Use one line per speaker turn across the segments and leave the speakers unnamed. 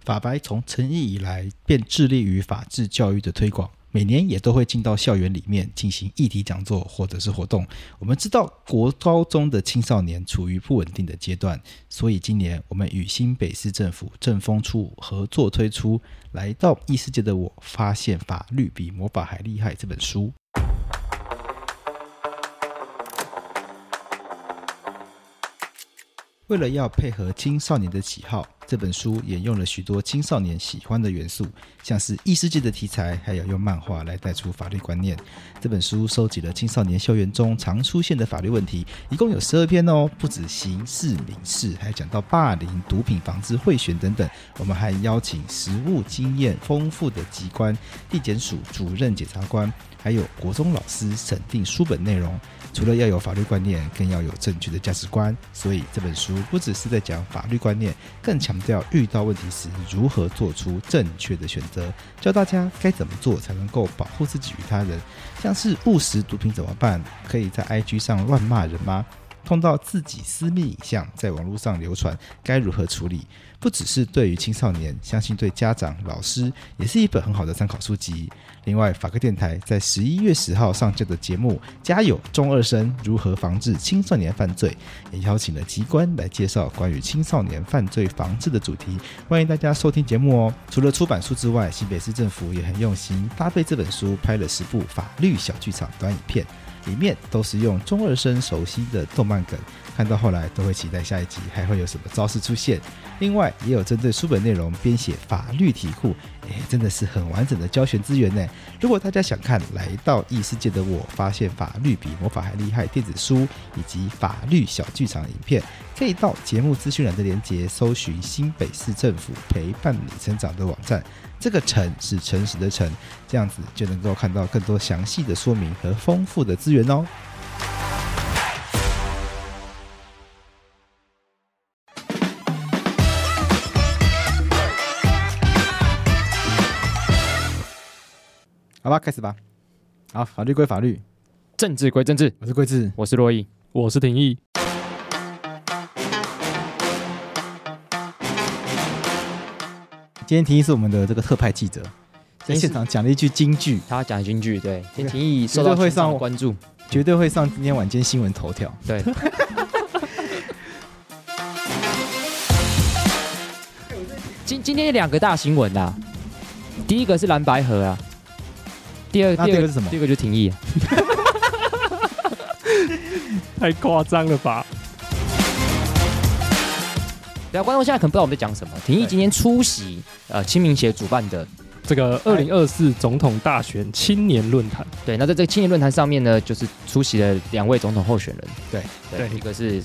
法白从成立以来便致力于法治教育的推广，每年也都会进到校园里面进行议题讲座或者是活动。我们知道国高中的青少年处于不稳定的阶段，所以今年我们与新北市政府政风处合作推出《来到异世界的我发现法律比魔法还厉害》这本书。为了要配合青少年的喜好，这本书沿用了许多青少年喜欢的元素，像是异世界的题材，还有用漫画来带出法律观念。这本书收集了青少年校园中常出现的法律问题，一共有十二篇哦，不止刑事、民事，还讲到霸凌、毒品防治、贿选等等。我们还邀请实务经验丰富的机关、地检署主任检察官，还有国中老师审定书本内容。除了要有法律观念，更要有正确的价值观。所以这本书不只是在讲法律观念，更强调遇到问题时如何做出正确的选择，教大家该怎么做才能够保护自己与他人。像是误食毒品怎么办？可以在 IG 上乱骂人吗？碰到自己私密影像在网络上流传，该如何处理？不只是对于青少年，相信对家长、老师也是一本很好的参考书籍。另外，法科电台在十一月十号上架的节目《家有中二生如何防治青少年犯罪》，也邀请了机关来介绍关于青少年犯罪防治的主题，欢迎大家收听节目哦。除了出版书之外，新北市政府也很用心搭配这本书，拍了十部法律小剧场短影片。里面都是用中二生熟悉的动漫梗，看到后来都会期待下一集还会有什么招式出现。另外，也有针对书本内容编写法律题库，诶，真的是很完整的教学资源呢。如果大家想看《来到异世界的我发现法律比魔法还厉害》电子书以及法律小剧场影片，可以到节目资讯栏的连接搜寻新北市政府陪伴你成长的网站。这个“诚”是诚实的“诚”，这样子就能够看到更多详细的说明和丰富的资源哦。好吧，开始吧。好，法律归法律，
政治归政治，
我是桂智。
我是洛毅。
我是廷义，
今天提议是我们的这个特派记者，在
真是
哎现场讲了一句京剧，
他讲京剧，对，
对
廷义受到
绝对会
全场
上
的关注，
绝对会上今天晚间新闻头条。
对， 今今天有两个大新闻啦，第一个是蓝白河啊，第二
那第二个是什么
第二个就廷义啊，
太夸张了吧？
对啊，观众现在可能不知道我们在讲什么。廷义
对
今天出席呃清明节主办的，
这个二零二四总统大选青年论坛，
对，那在这个青年论坛上面呢，就是出席了两位总统候选人，
对
对，
对
一个是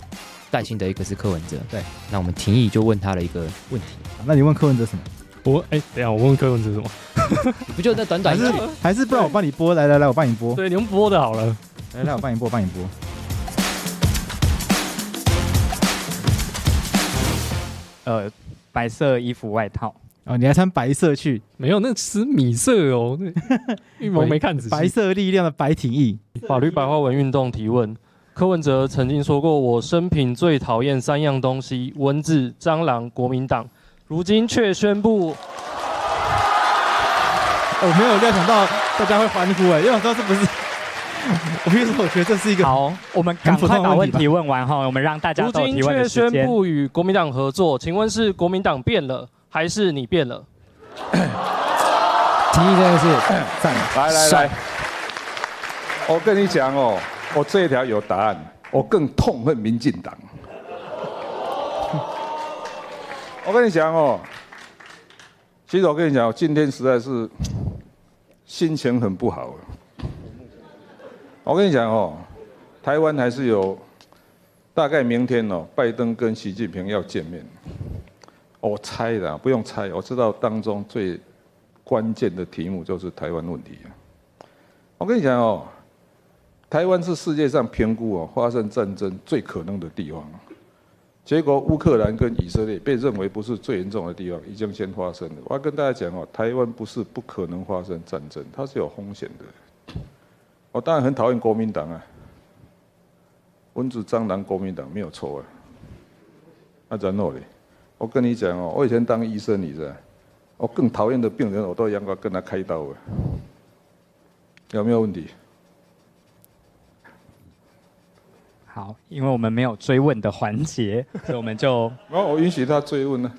戴庆德，一个是柯文哲，
对，
那我们廷义就问他了一个问题，
那你问柯文哲什么？
我哎、等一下我问柯文哲什么？
你不就那短短
还
一句
是？还是不然我帮你播？来来来，我帮你播。
对，你们播的好了。
来来，我帮你播，我帮你播。
呃白色衣服外套，
哦，你还穿白色去，
没有，那是米色哦，那预谋没看仔
白
细。
色力量的白廷义，
法律白话文运动提问。柯文哲曾经说过：“我生平最讨厌三样东西：蚊子、蟑螂、国民党。”如今却宣布，
哦我没有料想到大家会欢呼哎，因为我知道这不是。 我跟你说，我觉得这是一个
好，我们赶
很普通的
快把
问
问
题吧
题问完哈，我们让大家
如
都有
今
提问
却
的时
宣
间。
布与国民党合作。请问是国民党变了，还是你变了？
廷义真的是。
赞。
来来
帅
来，我跟你讲哦，我这一条有答案，我更痛恨民进党。我跟你讲哦，其实我跟你讲，我今天实在是心情很不好。我跟你讲哦，台湾还是有，大概明天哦，拜登跟习近平要见面。我猜的啊，不用猜，我知道当中最关键的题目就是台湾问题啊。我跟你讲哦，台湾是世界上评估哦发生战争最可能的地方，结果乌克兰跟以色列被认为不是最严重的地方，已经先发生了。我要跟大家讲哦，台湾不是不可能发生战争，它是有风险的。我当然很讨厌国民党啊，蚊子、蟑螂，国民党啊没有错啊。那然后嘞，我跟你讲哦，我以前当医生，你知道，我更讨厌的病人，我都要跟他开刀了，有没有问题？
好，因为我们没有追问的环节，所以我们就
然哦后我允许他追问呢、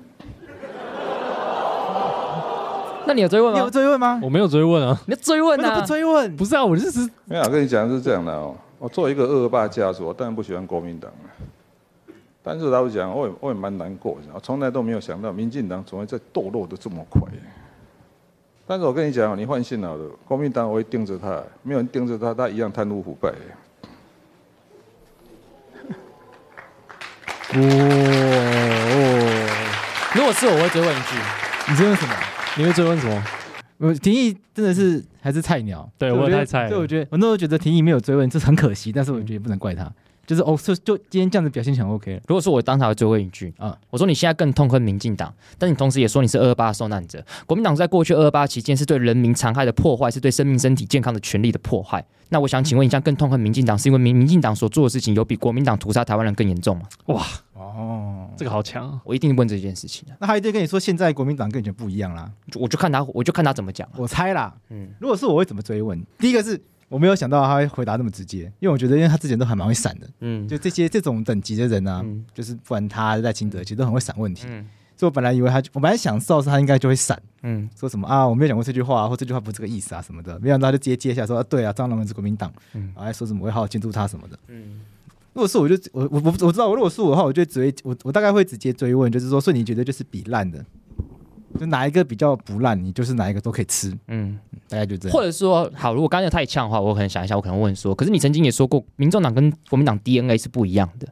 那你有追问
你有
吗？
追问吗？
我没有追问啊，
你要追问
为什么
啊
不！追问？
不是啊，我就是
没有，我跟你讲是这样的哦，我作为一个二二八家属，我当然不喜欢国民党了。但是老实讲，我也我也蛮难过，你知道我从来都没有想到民进党怎么会在堕落的这么快。但是我跟你讲哦，你换信好了，国民党我会盯着他，没有人盯着他，他一样贪污腐败。
哇哦，
如果是我，我会追问一句。
你追问什么？
你会追问什么？
我廷义真的是还是菜鸟，
对
所以
我也
觉得
太菜了
所以我觉得我那时候觉得廷义没有追问，这是很可惜，但是我觉得也不能怪他，就是哦，就就今天这样子表现很 OK 了。
如果说我当场会追问一句
啊
啊，我说你现在更痛恨民进党，但你同时也说你是二二八受难者。国民党在过去二二八期间是对人民残害的破坏，是对生命、身体健康的权利的迫害。那我想请问一下，更痛恨民进党是因为民民进党所做的事情有比国民党屠杀台湾人更严重吗？
哦，
这个好强啊！
我一定问这件事情的，啊
那还一堆跟你说，现在国民党跟以前不一样啦。
就我就看他，我就看他怎么讲啊、
我猜啦，
嗯，
如果是我会怎么追问？第一个是我没有想到他会回答那么直接，因为我觉得因为他之前都还蛮会闪的，
嗯，
就这些这种等级的人啊，
嗯
就是不管他赖清德其实都很会闪问题，
嗯
所以我本来以为他，我本来想到是他应该就会闪，
嗯
说什么啊我没有讲过这句话、啊，或这句话不是这个意思啊什么的，没想到他就直接接下来说、啊、对啊，张龙是国民党，
嗯
然后还说什么我会好好监督他什么的。
嗯，
如果是我就我我我我知道，如果是我的话，我就直接我我大概会直接追问，就是说，所以你觉得就是比烂的，就哪一个比较不烂，你就是哪一个都可以吃，
嗯，
大概就这样。
或者说，好，如果刚才太呛的话，我可能想一下，我可能问说，可是你曾经也说过，民众党跟国民党 DNA 是不一样的。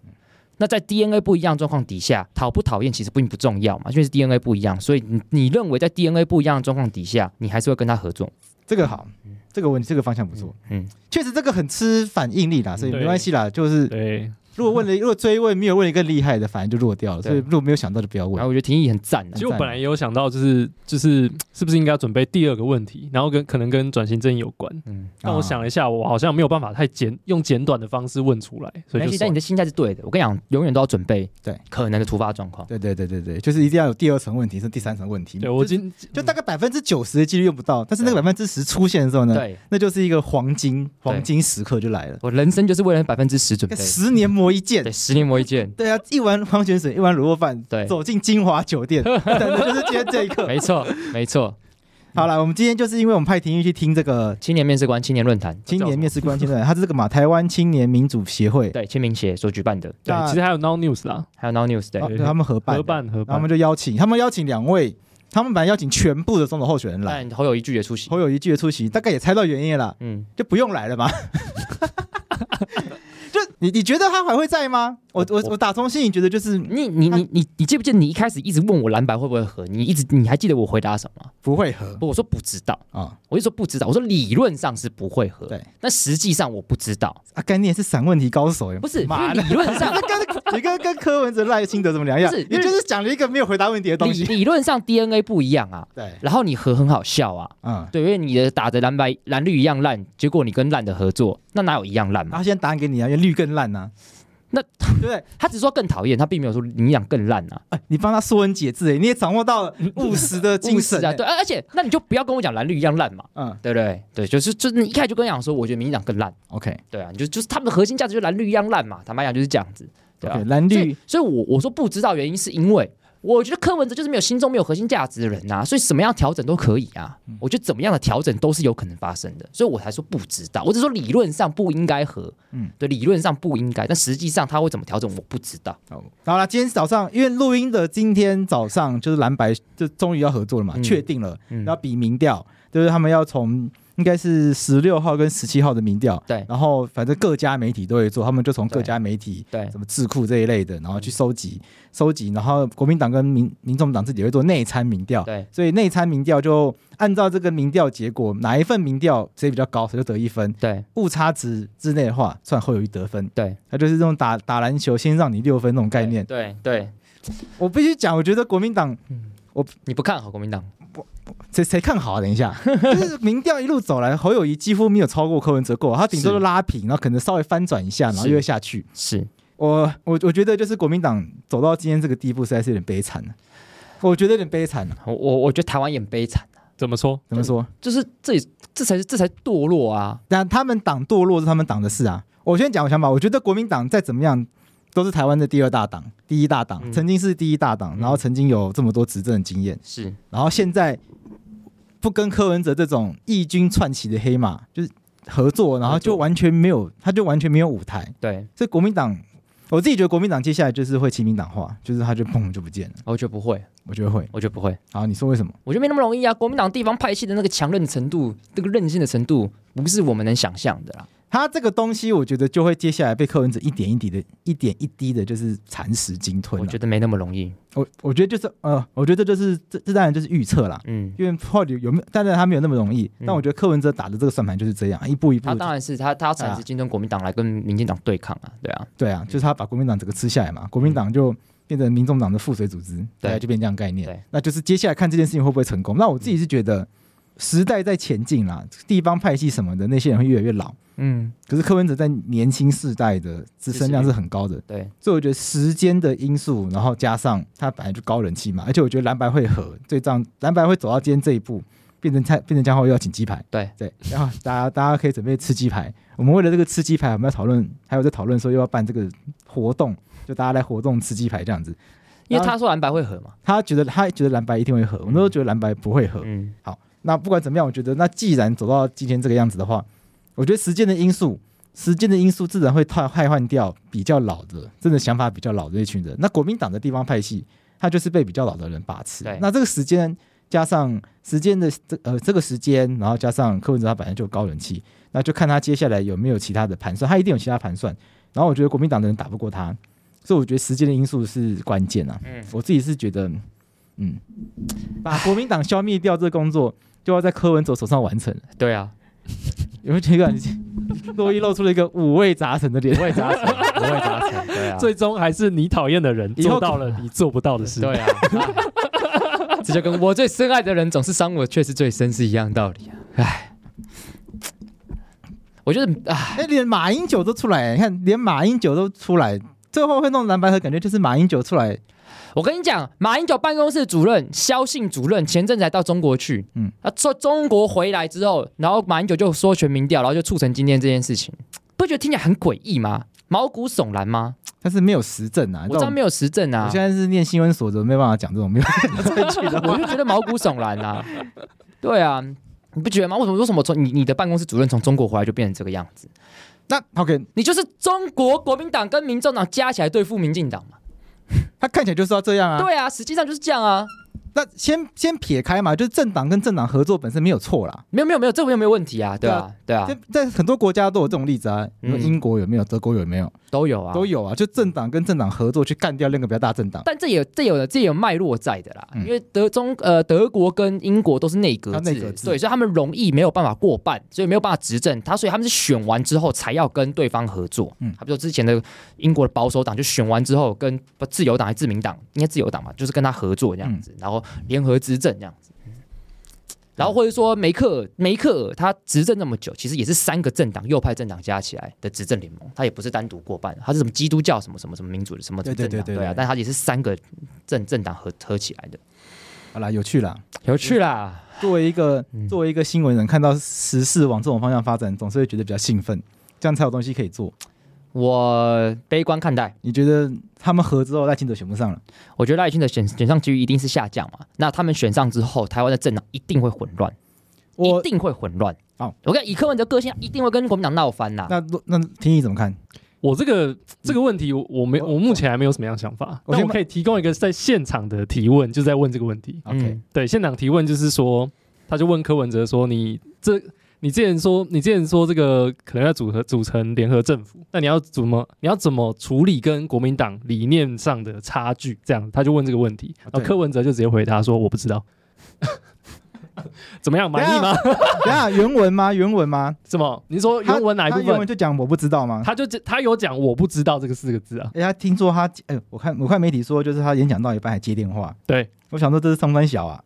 那在 DNA 不一样的状况底下，讨不讨厌其实并不重要嘛，因为是 DNA 不一样，所以你你认为在 DNA 不一样的状况底下，你还是会跟他合作？
这个好，这个问这个方向不错，
嗯，
确实这个很吃反应力啦，所以
对
没关系啦。就是
对，
如果问了，如果追问没有问一个厉害的，反正就弱掉了。
对
所以如果没有想到就不要
然后
问。
我觉得廷义很赞啊
其，实我本来也有想到，就是就是是不是应该准备第二个问题，然后跟可能跟转型正义有关。
嗯，
但
啊
我想了一下，我好像没有办法太简用简短的方式问出来，所
没关
以
系，
就
但
算
你
了
的心态是对的。我跟你讲，永远都要准备
对
可能的突发状况。
对对对对对，就是一定要有第二层问题，是第三层问题。
对我
就
嗯今
就大概百分之九十的几率用不到，但是那个百分之十出现的时候呢，
对，
那就是一个黄金黄金时刻就来了，
我人生就是为了百分之十准备，
十年磨一剑
对，。十年磨一剑，
对啊，一碗矿泉水，一碗卤肉饭，
对
走进金华酒店，等的就是今天这一刻。
没错，没错。
好了，我们今天就是因为我们派廷玉去听这个
青年面试官、青年论坛，
青年面试官，青年，他是这个嘛台湾青年民主协会，
对，签名协所举办的，
那
对，其实还有 Now News 啦，
还有 Now News 对
啊，对他们合办的
合，办合
然后他
办
们，就邀请，他们邀请两位，他们本来邀请全部的总统候选人来，
但侯友谊拒绝出席。
侯友谊拒绝出席，大概也猜到原因了啦，
嗯，
就不用来了嘛。 就你你觉得他还会在吗？我我
我
我打从心里觉得就是
你你你你你记不记得你一开始一直问我蓝白会不会合？你一直你还记得我回答什么吗？
不会合
不，我说不知道，
啊
我就说不知道，我说理论上是不会合，
对，
但实际上我不知道，
啊！概念是散问题高手耶，
不是，因
妈
为
的，
理论 上
你跟你跟跟柯文哲、赖清德怎么两样？
不是
你就是讲了一个没有回答问题的东
理
西。
理论上 DNA 不一样啊，
对，
然后你合很好笑啊，
嗯，
对，因为你的打着蓝白蓝绿一样烂，结果你跟烂的合作，那哪有一样烂嘛？
然后现在答案给你啊，因为绿更烂呐。
那
对不对？
他只说更讨厌，他并没有说你俩更烂啊，
哎，你帮他说文解字耶，你也掌握到了务实的精
务实
神
啊，
耶
对，，而而且那你就不要跟我讲蓝绿一样烂嘛。
嗯
对不对？对，就是就是你一开始就跟我讲说，我觉得民进党更烂，
，OK，
对啊，你就就是他们的核心价值就是蓝绿一样烂嘛，坦白讲就是这样子，对吧、
OK，蓝
所
绿
以，所以我我说不知道原因是因为我觉得柯文哲就是没有心中没有核心价值的人呐、所以什么样调整都可以啊，
嗯
我觉得怎么样的调整都是有可能发生的，所以我才说不知道，我只说理论上不应该和，
嗯
嗯，对，理论上不应该，但实际上他会怎么调整我不知道，
好，然后啦，今天早上因为录音的今天早上就是蓝白就终于要合作了嘛，
嗯
确定了，
嗯
然后比民调，就是他们要从应该是十六号跟十七号的民调，
对
然后反正各家媒体都会做，他们就从各
对
家媒体。
对
什么智库这一类的，然后去收集、收集，然后国民党跟民民众党自己会做内参民调，
对，
所以内参民调就按照这个民调结果，哪一份民调谁比较高，谁就得一分，
对
误差值之内的话，算会有一得分。
对，
它就是这种打打篮球先让你六分那种概念。
对对，
我必须讲，我觉得国民党
你不看好国民党，
谁谁看好、啊？等一下， 就是民调一路走来，侯友谊几乎没有超过柯文哲过，他顶多
是
就拉平，然后可能稍微翻转一下，然后又
是
下去。
是
我我我觉得就是国民党走到今天这个地步，实在是有点悲惨了。啊我觉得有点悲惨啊。
我我我觉得台湾也很悲惨，
怎么说？
怎么说？
就是这也这才是这才堕落啊！
但他们党堕落是他们党的事啊。我先讲我想法，我觉得国民党再怎么样都是台湾的第二大党、第一大党，
嗯
曾经是第一大党，然后曾经有这么多执政的经验，
是
然后现在不跟柯文哲这种义军串起的黑马就是合作，然后就完全没有，他就完全没有舞台。
对，
所以国民党，我自己觉得国民党接下来就是会亲民党化，就是他就砰就不见了，
我觉得不会，
我觉得会。
我觉得不会，
好，你说为什么？
我觉得没那么容易啊！国民党地方派系的那个强韧程度，那个韧性的程度，不是我们能想象的啦。
他这个东西，我觉得就会接下来被柯文哲一点一滴的、一点一滴的，就是蚕食鲸吞、啊。
我觉得没那么容易。
我我觉得就是呃，我觉得这就是这这当然就是预测啦，
嗯，
因为到底有没有，当然他没有那么容易，
嗯
但我觉得柯文哲打的这个算盘就是这样，一步一步
他，当然是他，他要蚕食金砖国民党来跟民进党对抗啊，对啊，
对啊，就是他把国民党整个吃下来嘛，国民党就变成民众党的附随组织，大概就变这样概
对
念，那就是接下来看这件事情会不会成功。那我自己是觉得时代在前进啦，地方派系什么的那些人会越来越老，
嗯，
可是柯文哲在年轻世代的支撑量是很高的，
对，
所以我觉得时间的因素，然后加上他本来就高人气嘛，而且我觉得蓝白会合，所以这样蓝白会走到今天这一步，变成菜变成将后又要请鸡排，
对
对，然后大家大家可以准备吃鸡排。我们为了这个吃鸡排，我们要讨论，还有在讨论说又要办这个活动，就大家来活动吃鸡排这样子。
因为他说蓝白会合嘛，
他觉得他觉得蓝白一定会合，我们都觉得蓝白不会合。
嗯，
那不管怎么样，我觉得那既然走到今天这个样子的话，我觉得时间的因素，时间的因素自然会汰汰换掉比较老的，真的想法比较老的那群人。那国民党的地方派系，他就是被比较老的人把持
对。
那这个时间加上时间的这呃这个时间，然后加上柯文哲他本来就有高人气，那就看他接下来有没有其他的盘算，他一定有其他盘算。然后我觉得国民党的人打不过他，所以我觉得时间的因素是关键啊。
嗯
我自己是觉得，嗯，把国民党消灭掉这工作，就要在柯文哲手上完成了。
对啊，
有没有觉得 感觉？洛伊露出了一个五味杂陈的脸
不。会砸 成， 不会砸成，对啊，
最终还是你讨厌的人
以后
做到了你做不到的事。
对啊， 这就跟我最深爱的人总是伤我却是最深是一样道理啊。唉，我觉得啊，
哎，连马英九都出来，你看，连马英九都出来，最后会弄蓝白合，感觉就是马英九出来。
我跟你讲，马英九办公室主任肖姓主任前阵子还到中国去，嗯
嗯，
他说中国回来之后，然后马英九就说全民调，然后就促成今天这件事情，不觉得听起来很诡异吗？毛骨悚然吗？
但是没有实证啊，你
我知道没有实证
我
啊
我，现在是念新闻所的，没有办法讲这种 没有证据的话。
我就觉得毛骨悚然啊。对啊，你不觉得吗？为什么为什么从你你的办公室主任从中国回来就变成这个样子？
那 OK，
你就是中国国民党跟民众党加起来对付民进党嘛？
他看起来就是要这样啊。
对啊，实际上就是这样啊。
那先先撇开嘛，就是政党跟政党合作本身没有错啦。
没有没有没有，这个没有问题啊，对啊对啊
在，在很多国家都有这种例子啊，你说
嗯
英国有没有？德国有没有？
都有啊，
都有啊，就政党跟政党合作去干掉那个比较大政党，
但这也有这也有这也有脉络在的啦，
嗯
因为德中呃德国跟英国都是内阁
它
制，
内阁制
对，所以他们容易没有办法过半，所以没有办法执政，他所以他们是选完之后才要跟对方合作，嗯
嗯，
他比如说之前的英国的保守党就选完之后跟不自由党还是自民党，应该自由党吧，就是跟他合作这样
嗯
子，然后联合执政这样子。然后或者说梅克尔，梅克尔他执政那么久，其实也是三个政党右派政党加起来的执政联盟，他也不是单独过半的，他是什么基督教什么什么什么民主的什么什么政
对
党，
对对对
对啊，
对
但他也是三个政政党合合起来的，
好啦，有趣啦。
有趣啦。
作为一个
嗯
作为一个新闻人，看到时事往这种方向发展，总是会觉得比较兴奋，这样才有东西可以做。
我悲观看待，
你觉得他们合之后，赖清德选不上了？
我觉得赖清德选选上几率一定是下降嘛。那他们选上之后，台湾的政党一定会混乱，一
我
定会混乱。
哦
我跟你讲以柯文哲个性，一定会跟国民党闹翻
啊
呐、
那那听你怎么看？
我这个这个问题我，我没
嗯我
我目前还没有什么样的想法，
我
但
先
我可以提供一个在现场的提问，就在问这个问题。
嗯
OK
对，现场提问就是说，他就问柯文哲说：“你这，你之前说，你之前说这个可能要组合组成联合政府，那你要怎么，你要怎么处理跟国民党理念上的差距？”这样，他就问这个问题，然后
哦对
柯文哲就直接回答说：“我不知道。”怎么样，满意吗？
等一下原文吗？原文吗？
什么？你说
他
原文哪一
他
部
原文
分？
就讲我啊不知道吗？
他就他有讲“我不知道”这个四个字啊。
哎，他听说他，哎，我看我看媒体说，就是他演讲到一半还接电话。
对，
我 想说这是上官小啊。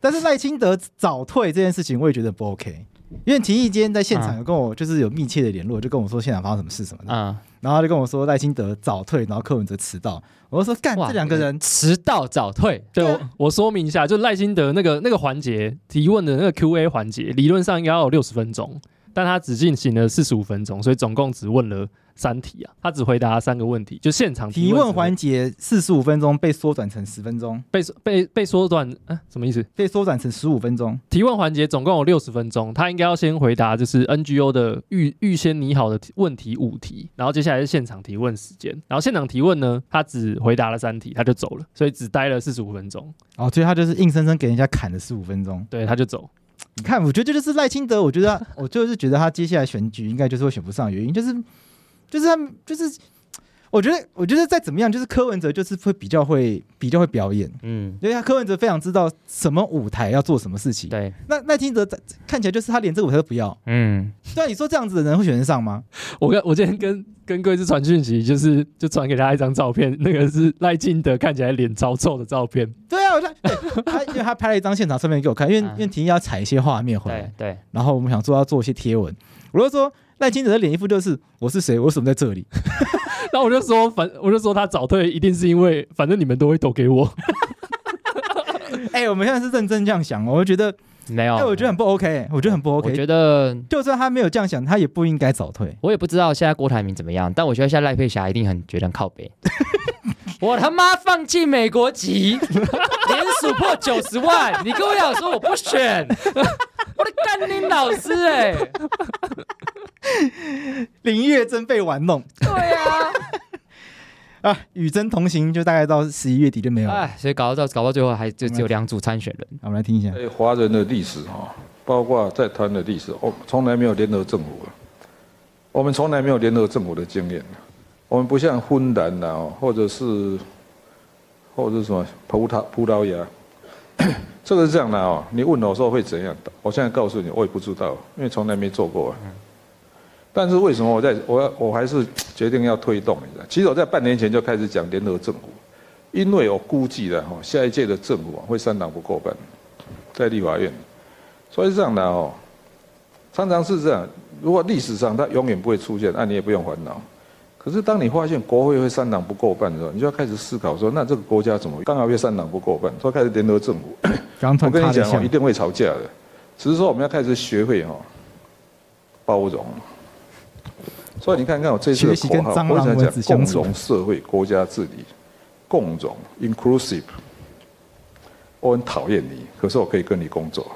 但是赖清德早退这件事情，我也觉得不 OK。因为廷义今天在现场
嗯
有跟我就是有密切的联络，就跟我说现场发生什么事什么的，
啊、
然后他就跟我说赖清德早退，然后柯文哲迟到，我就说干
哇
这两个人
迟到早退，
对，我我说明一下，就赖清德那个那个环节提问的那个 Q&A 环节，理论上应该要有六十分钟，但他只进行了四十五分钟，所以总共只问了三题啊，他只回答三个问题，就现场
提
问
问环节四十五分钟被缩短成十分钟，
被被被缩短啊，什么意思？
被缩短成十五分钟。
提问环节总共有六十分钟，他应该要先回答就是 NGO 的预预先拟好的题问题五题，然后接下来是现场提问时间，然后现场提问呢，他只回答了三题，他就走了，所以只待了四十五分钟，
哦，所以他就是硬生生给人家砍了十五分钟。
对，他就走。
你看，我觉得这就是赖清德，我觉得他 我就是觉得他接下来选举应该就是会选不上，原因就是就是他们就是，我觉得我觉得再怎么样，就是柯文哲就是会比较会比较会表演，
嗯，
因为他柯文哲非常知道什么舞台要做什么事情。
对，
那赖清德在看起来就是他连这个舞台都不要，
嗯，
那你说这样子的人会选得上吗？
我跟我今天跟跟贵志传讯息，就是就传给他一张照片，那个是赖清德看起来脸超臭的照片。
对啊，我就 他因为他拍了一张现场照片给我看，因为、
啊
嗯
因为婷要采一些画面回来
对，对，
然后我们想说要做一些贴文，我就说赖清德的脸一副就是我是谁，我为什么在这里？
然后我就说，反我就说他早退一定是因为，反正你们都会投给我。
哎、我们现在是认真这样想哦，我就觉得，
没
哦
有，
哎、我觉得很不 OK，、我觉得很不
我
OK。
觉得
就算他没有这样想，他也不应该早退。
我也不知道现在郭台铭怎么样，但我觉得现在赖佩霞一定很觉得很靠 北。我他妈放弃美 国籍，连数破九十万，你跟我讲说我 不选，我的干你老师哎、
林月真被玩弄
对呀、
啊！与真同行就大概到十一月底就没有
啊，
了。
哎，所以搞到搞到最后还就只有两组参选人，
好我们来听一下，
哎，华人的历史哈，包括在台湾的历史，我们从来没有联合政府，啊我们从来没有联合政府的经验，啊我们不像芬兰呐、啊，或者是或者是什么葡萄葡萄牙， 这个是这样的哦。你问我说会怎样，我现在告诉你，我也不知道，因为从来没做过啊。但是为什么我在我要我还是决定要推动？你知道其实我在半年前就开始讲联合政府，因为我估计了哈，下一届的政府啊会三党不过半。在立法院，所以是这样的哦，常常是这样。如果历史上它永远不会出现，那、你也不用烦恼。可是当你发现国会会三党不过半的时候，你就要开始思考说，那这个国家怎么刚好会三党不过半？所以开始联合政府。
刚
我
刚突
跟
然
你
卡了
讲
一
哦，一
下，
定会吵架的，只是说我们要开始学会哦包容。所以你看看我这次的
学习
口
跟
号，
蟑
我
螂
想
蚊子相
讲共
处
荣社会、国家治理、共荣 （inclusive）。我很讨厌你，可是我可以跟你工作。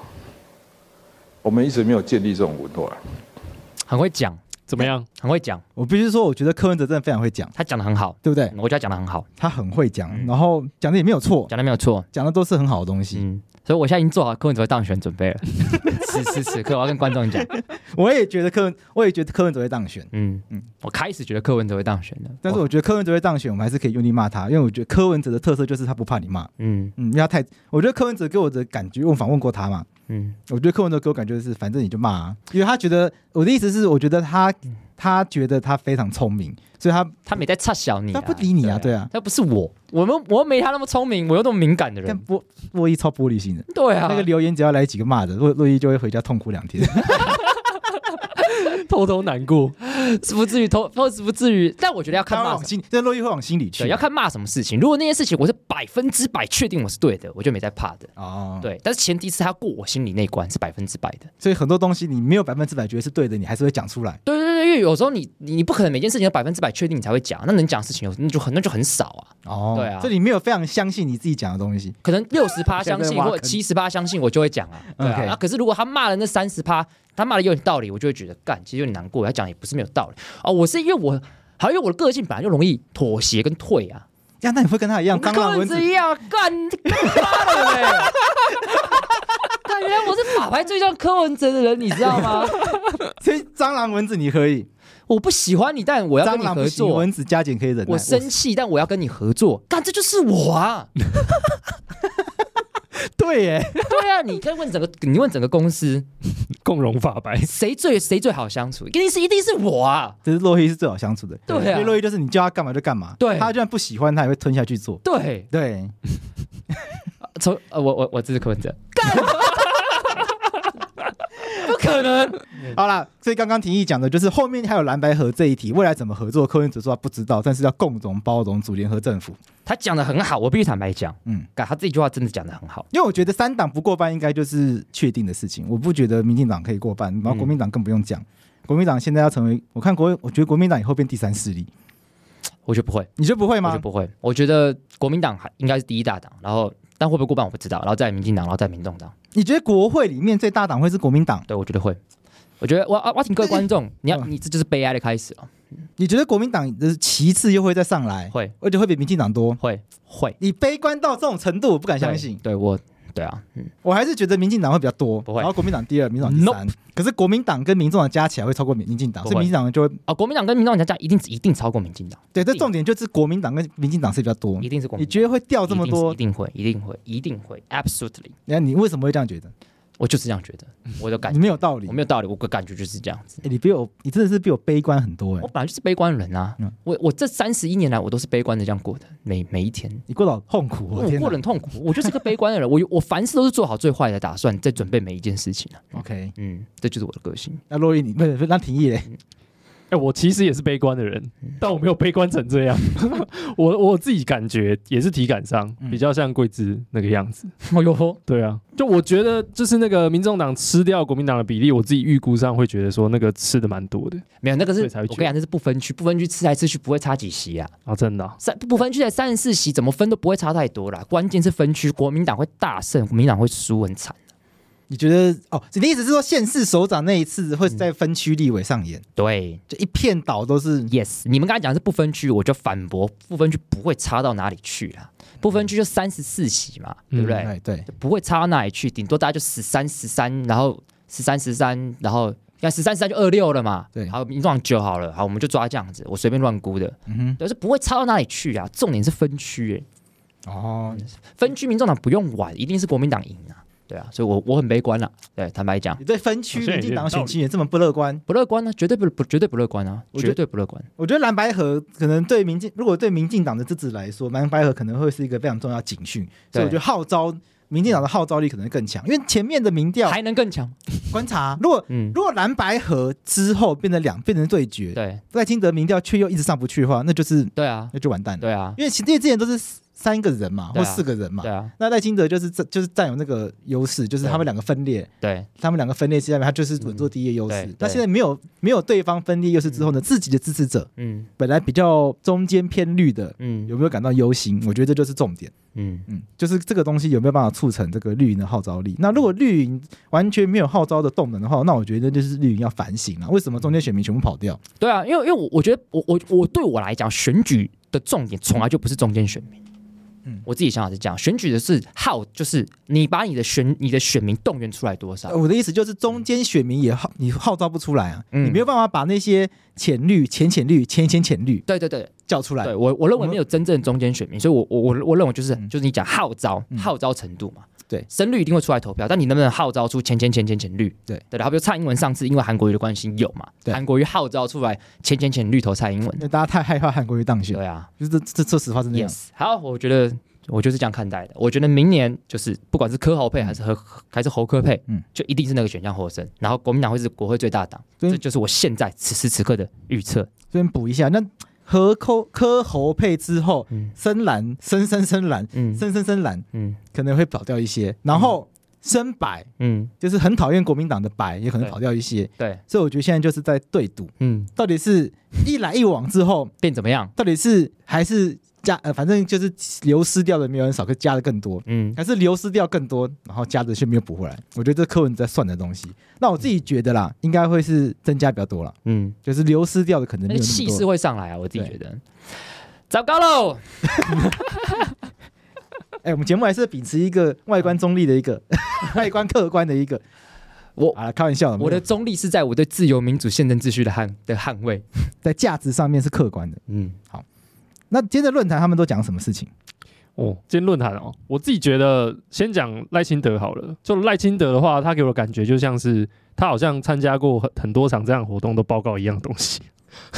我们一直没有建立这种文化。
很会讲，
怎么样？
很会讲，
我必须说，我觉得柯文哲真的非常会讲，
他讲的很好，
对不对？
我觉得他讲的很好，
他很会讲，
嗯
然后讲的也没有错，
讲的没有错，
讲的都是很好的东西。
嗯，所以我现在已经做好柯文哲当选准备了， 此时此刻我要跟观众讲，
我也觉得柯文，我也觉得柯文哲会当选，
嗯嗯，我开始觉得柯文哲会当选的，
但是我觉得柯文哲会当选，我们还是可以用力骂他，因为我觉得柯文哲的特色就是他不怕你骂。
嗯
嗯，因为他太，我觉得柯文哲给我的感觉，我访问过他嘛，
嗯，
我觉得柯文哲给我感觉就是，反正你就骂、啊，因为他觉得我的意思是，我觉得他
嗯
他觉得他非常聪明，所以他
他没在插小你、
他
啊，
不理你啊，对啊，
那不是我，我们我又没他那么聪明，我又那么敏感的
但
人。
波洛伊超玻璃心的，
对啊，
那个留言只要来几个骂的，洛洛伊就会回家痛哭两 天。
偷偷难过。
是不至于偷，或是不至于，但我觉得要看
他会
骂
往
什么。
心，那洛伊会往心里去
对，要看骂什么事情。如果那件事情我是百分之百确定我是对的，我就没在怕的。
哦，，
对，但是前提是他要过我心里那一关是百分之百的。
所以很多东西你没有百分之百觉得是对的，你还是会讲出来。
对对对，因为有时候你你你不可能每件事情都百分之百确定你才会讲，那能讲的事情有那就很那就很少啊，
哦，
对啊
所以你没有非常相信你自己讲的东西。
可能六十趴相
现在
信
挖
或
坑嗯
者七十趴相信我就会讲啊。对啊
OK
啊可是如果他骂了那三十趴，他骂的有点道理，我就会觉得干，其实有点难过，他讲得也不是没有道理哦。我是因为我。还有因为我的个性本来就容易妥协跟退啊，
呀，那你会跟他一样，
跟
蟑螂蚊
一样干干妈的嘞！ 干原来我是法牌最像柯文哲的人，你知道吗？
所以蟑螂蚊子你可以，
我不喜欢你，但我要
蟑
跟你
螂
合
不行，
作。
蚊子加减可以忍耐。
我生气，但我要跟你合作。干，这就是我啊！
对耶，
对啊，你跟问整个，你问整个公司，
共荣法白，
谁最谁最好相处？一定是一定是我啊！
这是洛伊是最好相处的。
对
因
啊
为洛伊就是你叫他干嘛就干嘛，
对
他就算不喜欢他也会吞下去做。
对，
对，
从呃，我我我支持柯文哲。干，不可可能？
好啦，所以刚刚廷义讲的就是后面还有蓝白河这一题，未来怎么合作，柯文哲说他不知道，但是要共同包容组联合政府。
他讲的很好，我必须坦白讲，
嗯
嗯，干他这句话真的讲的很好。
因为我觉得三党不过半应该就是确定的事情，我不觉得民进党可以过半，然后国民党更不用讲。国民党现在要成为，我看国，我觉得国民党以后变第三势力，
我觉得不会，
你觉得不会
我觉
吗
得？不会。我觉得国民党还应该是第一大党，然后但会不会过半我不知道，然后再来民进党，然后再民众党。
你觉得国会里面最大党会是国民党？
对，我觉得会。我觉得我我我请各位观众，你要
嗯
你这就是悲哀的开始哦了。
你觉得国民党的其次又会再上来，
会
而且会比民进党多？
会会，
你悲观到这种程度，我不敢相信。
对对我对啊，嗯，
我还是觉得民进党会比较多，
不会
然后国民党第二，民进党第三。可是国民党跟民众党加起来会超过民进党，
不
所
会
以民进党就会
啊，国民党跟民众党讲一定一定超过民进党，
对。这
定
重点就是国民党跟民进党是比较多
一。定是国
嗯
民
你
党
觉得会掉哦这么
一定是
多
一？定会，一定会，一定会，absolutely，
那你为什么会这样觉得？
我就是这样觉得，我的感
你
觉，
没有道理
我。没有道理，我的感觉就是这样子。
欸你比我，你真的是比我悲观很多哎、
我本来就是悲观人啊
嗯，
我我这三十一年来，我都是悲观的这样过的，每每一天。
你过得好痛苦哦，
我
天
过得很痛苦，我就是个悲观的人，我我凡事都是做好最坏的打算，在准备每一件事情啊。
哪 OK，
嗯，这就是我的个性。
那洛伊你不是不是那廷义嘞？
哎、我其实也是悲观的人，
嗯
但我没有悲观成这样。 我我自己感觉也是体感上
嗯
比较像桂枝那个样子。
哦哟，
对啊，就我觉得就是那个民众党吃掉国民党的比例，我自己预估上会觉得说那个吃的蛮多的
没有那个是，
所
我
以才会
跟你
觉得
讲，那是不分区，不分区吃来吃去不会差几席啊，
啊，真的啊、
三不分区才三十四席，怎么分都不会差太多啦。关键是分区，国民党会大胜，国民党会输很惨。
你觉得哦？你的意思是说县市首长那一次会在分区立委上演，
对
就一片岛都是
，yes，你们刚才讲的是不分区，我就反驳，不分区不会差到哪里去啦。不分区就三十四席嘛，对不对？
哎对，
就不会差到哪里去，顶多大家就十三十三，然后十三十三，然后要十三十三就二六了嘛。
对
好，民众党九好了，好，我们就抓这样子，我随便乱估的，
嗯
但是不会差到哪里去啊。重点是分区、欸，
哼，哦，
分区民众党不用玩，一定是国民党赢啊。对啊，所以我我很悲观了、对，坦白讲，
你对分区
好
民
像也有
进
点
党
道
选
理
情也这么不乐观？
不乐观呢、绝对不不绝对不乐观啊，
我觉得
绝对不乐观。
我觉得蓝白河可能对民进，如果对民进党的支持来说，蓝白河可能会是一个非常重要的警讯，所以
对
我觉得号召民进党的号召力可能会更强，因为前面的民调
还能更强，
观察，如果
嗯，
如果蓝白河之后变成两变成对决，
对
赖清德民调却又一直上不去的话，那就是
对啊，
那就完蛋了，
对啊，
因为其因为之前都是三个人嘛，
对
或
啊
四个人嘛
对，啊，
那赖清德就是占就是占有那个优势，就是他们两个分裂，
对
他们两个分裂之下面，他就是稳坐第一的优
嗯
势
对。
那现在没有没有对方分裂优势之后呢，自己的支持者
嗯
本来比较中间偏绿的，
嗯
有没有感到忧心？我觉得这就是重点。
嗯，
嗯，就是这个东西有没有办法促成这个绿营的号召力？那如果绿营完全没有号召的动能的话，那我觉得就是绿营要反省啊了。为什么中间选民全部跑掉？
对啊，因为因为我我觉得我我我对我来讲，选举的重点从来就不是中间选民。
嗯
嗯，我自己想法是这样，选举的是号，就是你把你的选你的选民动员出来多少
呃，我的意思就是中间选民也号你号召不出来啊，
嗯
你没有办法把那些浅绿、浅浅绿、浅浅浅绿
对对对，
叫出来。
对我我认
我
为
们
没有真正的中间选民，所以我我我我认为就是、
嗯
就是你讲号召、
嗯
号召程度嘛，
对
深绿一定会出来投票，但你能不能号召出前前前前前绿？
对
对，然后比如蔡英文上次因为韩国瑜的关系有嘛，
对
韩国瑜号召出来前前前绿投蔡英文
因，为大家太害怕韩国瑜当选，
对啊
就是这这说实话是那样。
，yes，好，我觉得。我就是这样看待的。我觉得明年就是不管是柯侯配还是侯还是侯科配，
嗯
嗯，就一定是那个选项获胜。然后国民党会是国会最大党，
对
这就是我现在此时此刻的预测。
这边补一下，那和科科侯配之后，
嗯
深蓝、深深深蓝、
嗯
深深深蓝
嗯
可能会跑掉一些，然后深白
嗯，
就是很讨厌国民党的白也可能
对
跑掉一些，
对，
所以我觉得现在就是在对赌，
嗯，
到底是一来一往之后，
变怎么样？
到底是还是加呃，反正就是流失掉的没有很少，可加的更多。
嗯，
还是流失掉更多，然后加的却没有补回来。我觉得这柯文哲在算的东西，那我自己觉得啦，应该会是增加比较多啦，
嗯，
就是流失掉的可能没
那
有
个
那么
气
多
势。会上来啊，我自己觉得。糟糕喽！
哎、我们节目还是秉持一个外观中立的一个 外观客观的一个。
我
啊，开玩笑的，
我
没
的
有
中立是在我对自由民主宪政秩序的捍的捍卫。
在价值上面是客观的。
嗯，
那今天的论坛他们都讲什么事情？
哦，今天论坛哦，我自己觉得先讲赖清德好了。就赖清德的话，他给我的感觉就像是他好像参加过很很多场这样的活动，都报告一样东西，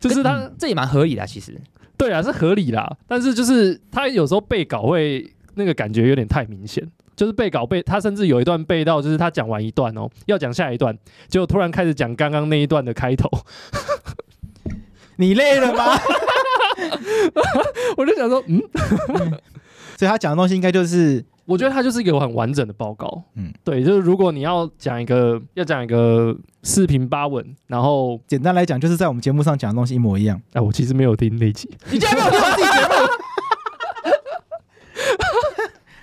就是他、
嗯这也蛮合理的啊，其实。
对啊是合理啦，但是就是他有时候被搞会那个感觉有点太明显，就是背稿背，他甚至有一段背到，就是他讲完一段哦，要讲下一段，结果突然开始讲刚刚那一段的开头，
你累了吗？
我就想说，嗯，
所以他讲的东西应该就是
我觉得它就是一个很完整的报告。
嗯
嗯，对，就是如果你要讲一个要讲一个四平八稳，然后
简单来讲，就是在我们节目上讲的东西一模一样。
哎、我其实没有听那集，
你竟然没有听我自己节目？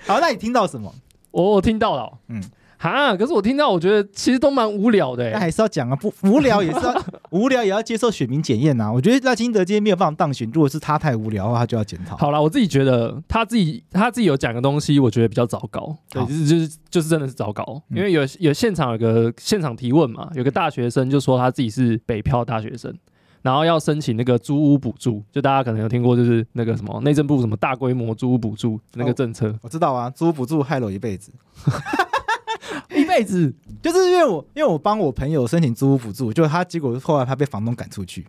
好，那你听到什么？
我我听到了、
嗯
嗯，哈，可是我听到我觉得其实都蛮无聊的、
那
欸，
还是要讲啊，不无聊也是要无聊也要接受选民检验啊呐。我觉得赖清德今天没有办法当选，如果是他太无聊的话，他就要检讨。
好啦，我自己觉得他自己他自己有讲的东西，我觉得比较糟糕，对，
好
就是就是就是真的是糟糕，
嗯
因为有有现场有个现场提问嘛，有个大学生就说他自己是北漂大学生。然后要申请那个租屋补助，就大家可能有听过，就是那个什么内政部什么大规模租屋补助那个
哦
政策，
我知道啊，租屋补助害了我一辈子，
一辈子
就是因为我因为我帮我朋友申请租屋补助，就他结果后来他被房东赶出去。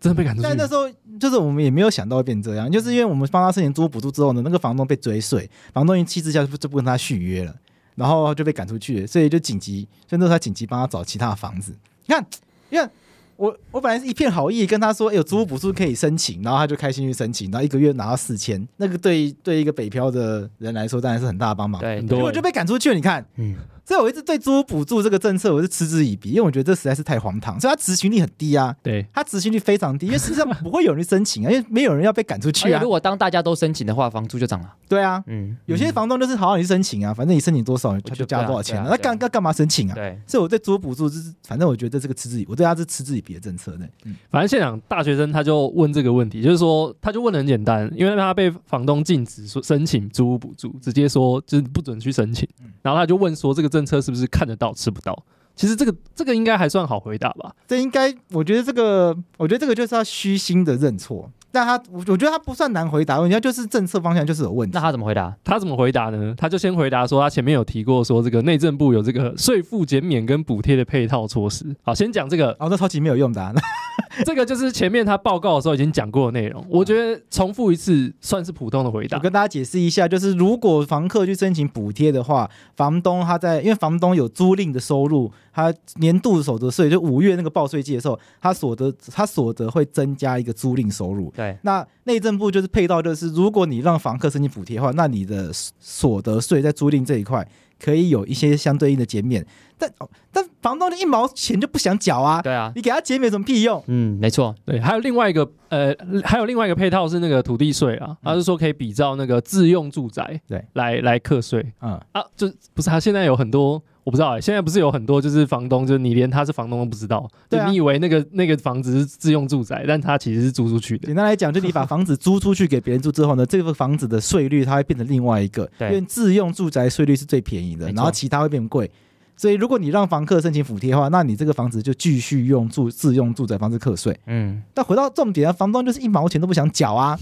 真的被赶出去
但。那时候就是我们也没有想到会变这样，就是因为我们帮他申请租屋补助之后呢，那个房东被追税，房东一气之下就不就不跟他续约了，然后就被赶出去了，所以就紧急，所以那时候他紧急帮他找其他的房子。你看，你看，我我本来是一片好意跟他说，哎、有租屋补助可以申请，然后他就开心去申请，然后一个月拿到四千，那个对对一个北漂的人来说当然是很大的帮忙。
对嗯
很
对
多
结果就被赶出去了，你看，
嗯，
所以我一直对租屋补助这个政策我是嗤之以鼻，因为我觉得这实在是太荒唐，所以它执行率很低啊。
对，
它执行率非常低，因为 实际上不会有人申请啊，因为没有人要被赶出
而
去
且
啊
如。果当大家都申请的话，房租就涨了。
对啊，
哎嗯，
有些房东就是好好你申请啊，反正你申请多少他就
就
加
对啊
多少钱啊
对啊
那
对啊
干干干嘛申请啊？
对，
所以我对租屋补助就是，反正我觉得这个嗤之以，我对它是嗤之以鼻的政策的。嗯
反正现场大学生他就问这个问题，就是说他就问的很简单，因为他被房东禁止说申请租屋补助，直接说就是不准去申请。然后他就问说这个政策是不是看得到吃不到？其实这个这个应该还算好回答吧。
这应该，我觉得这个，我觉得这个就是要虚心的认错。但他，我我觉得他不算难回答，人家就是政策方向就是有问题
那。他怎么回答？
他怎么回答呢？他就先回答说，他前面有提过说这个内政部有这个税负减免跟补贴的配套措施。好，先讲这个，
哦，那超级没有用的、啊，那
这个就是前面他报告的时候已经讲过的内容。我觉得重复一次算是普通的回答
我。跟大家解释一下，就是如果房客去申请补贴的话，房东他在因为房东有租赁的收入，他年度所得税就五月那个报税季的时候，他所得他所得会增加一个租赁收入。
对，
那内政部就是配套，就是如果你让房客申请补贴的话，那你的所得税在租赁这一块可以有一些相对应的减免，但哦但房东的一毛钱就不想缴啊，
对啊，
你给他减免有什么屁用？
嗯，没错，
对，还有另外一个呃，还有另外一个配套是那个土地税啊，他是说可以比照那个自用住宅
嗯对
来来课税
嗯，
啊，就不是他现在有很多我不知道哎、现在不是有很多就是房东，就是你连他是房东都不知道，
对啊
就你以为那个那个房子是自用住宅，但他其实是租出去的。
简单来讲，就你把房子租出去给别人住之后呢，这个房子的税率它会变成另外一个，因
对
为自用住宅税率是最便宜的，
没错
然后其他会变贵。所以如果你让房客申请补贴的话，那你这个房子就继续用住自用住宅方式课税。
嗯，
但回到重点啊，房东就是一毛钱都不想缴啊，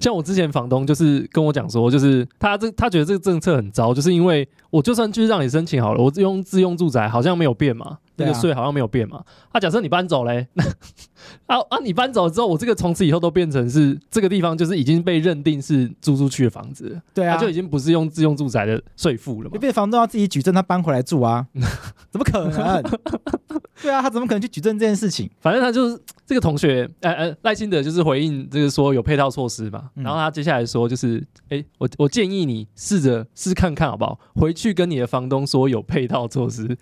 像我之前房东就是跟我讲说，就是他这他觉得这个政策很糟，就是因为我就算去让你申请好了，我用自用住宅好像没有变嘛，那
对
个
啊
税好像没有变嘛。啊，假设你搬走嘞，那啊啊，你搬走之后，我这个从此以后都变成是这个地方就是已经被认定是租出去的房子了，
对啊，
它就
就
已经不是用自用住宅的税负了嘛。
变房东要自己举证，他搬回来住 啊，怎么可能？对啊，他怎么可能去举证这件事情？
反正他就是这个同学，呃呃，赖清德就是回应这个说有配套措施嘛，
嗯
然后他接下来说就是，哎、我我建议你试着试看看好不好，回去跟你的房东说有配套措施，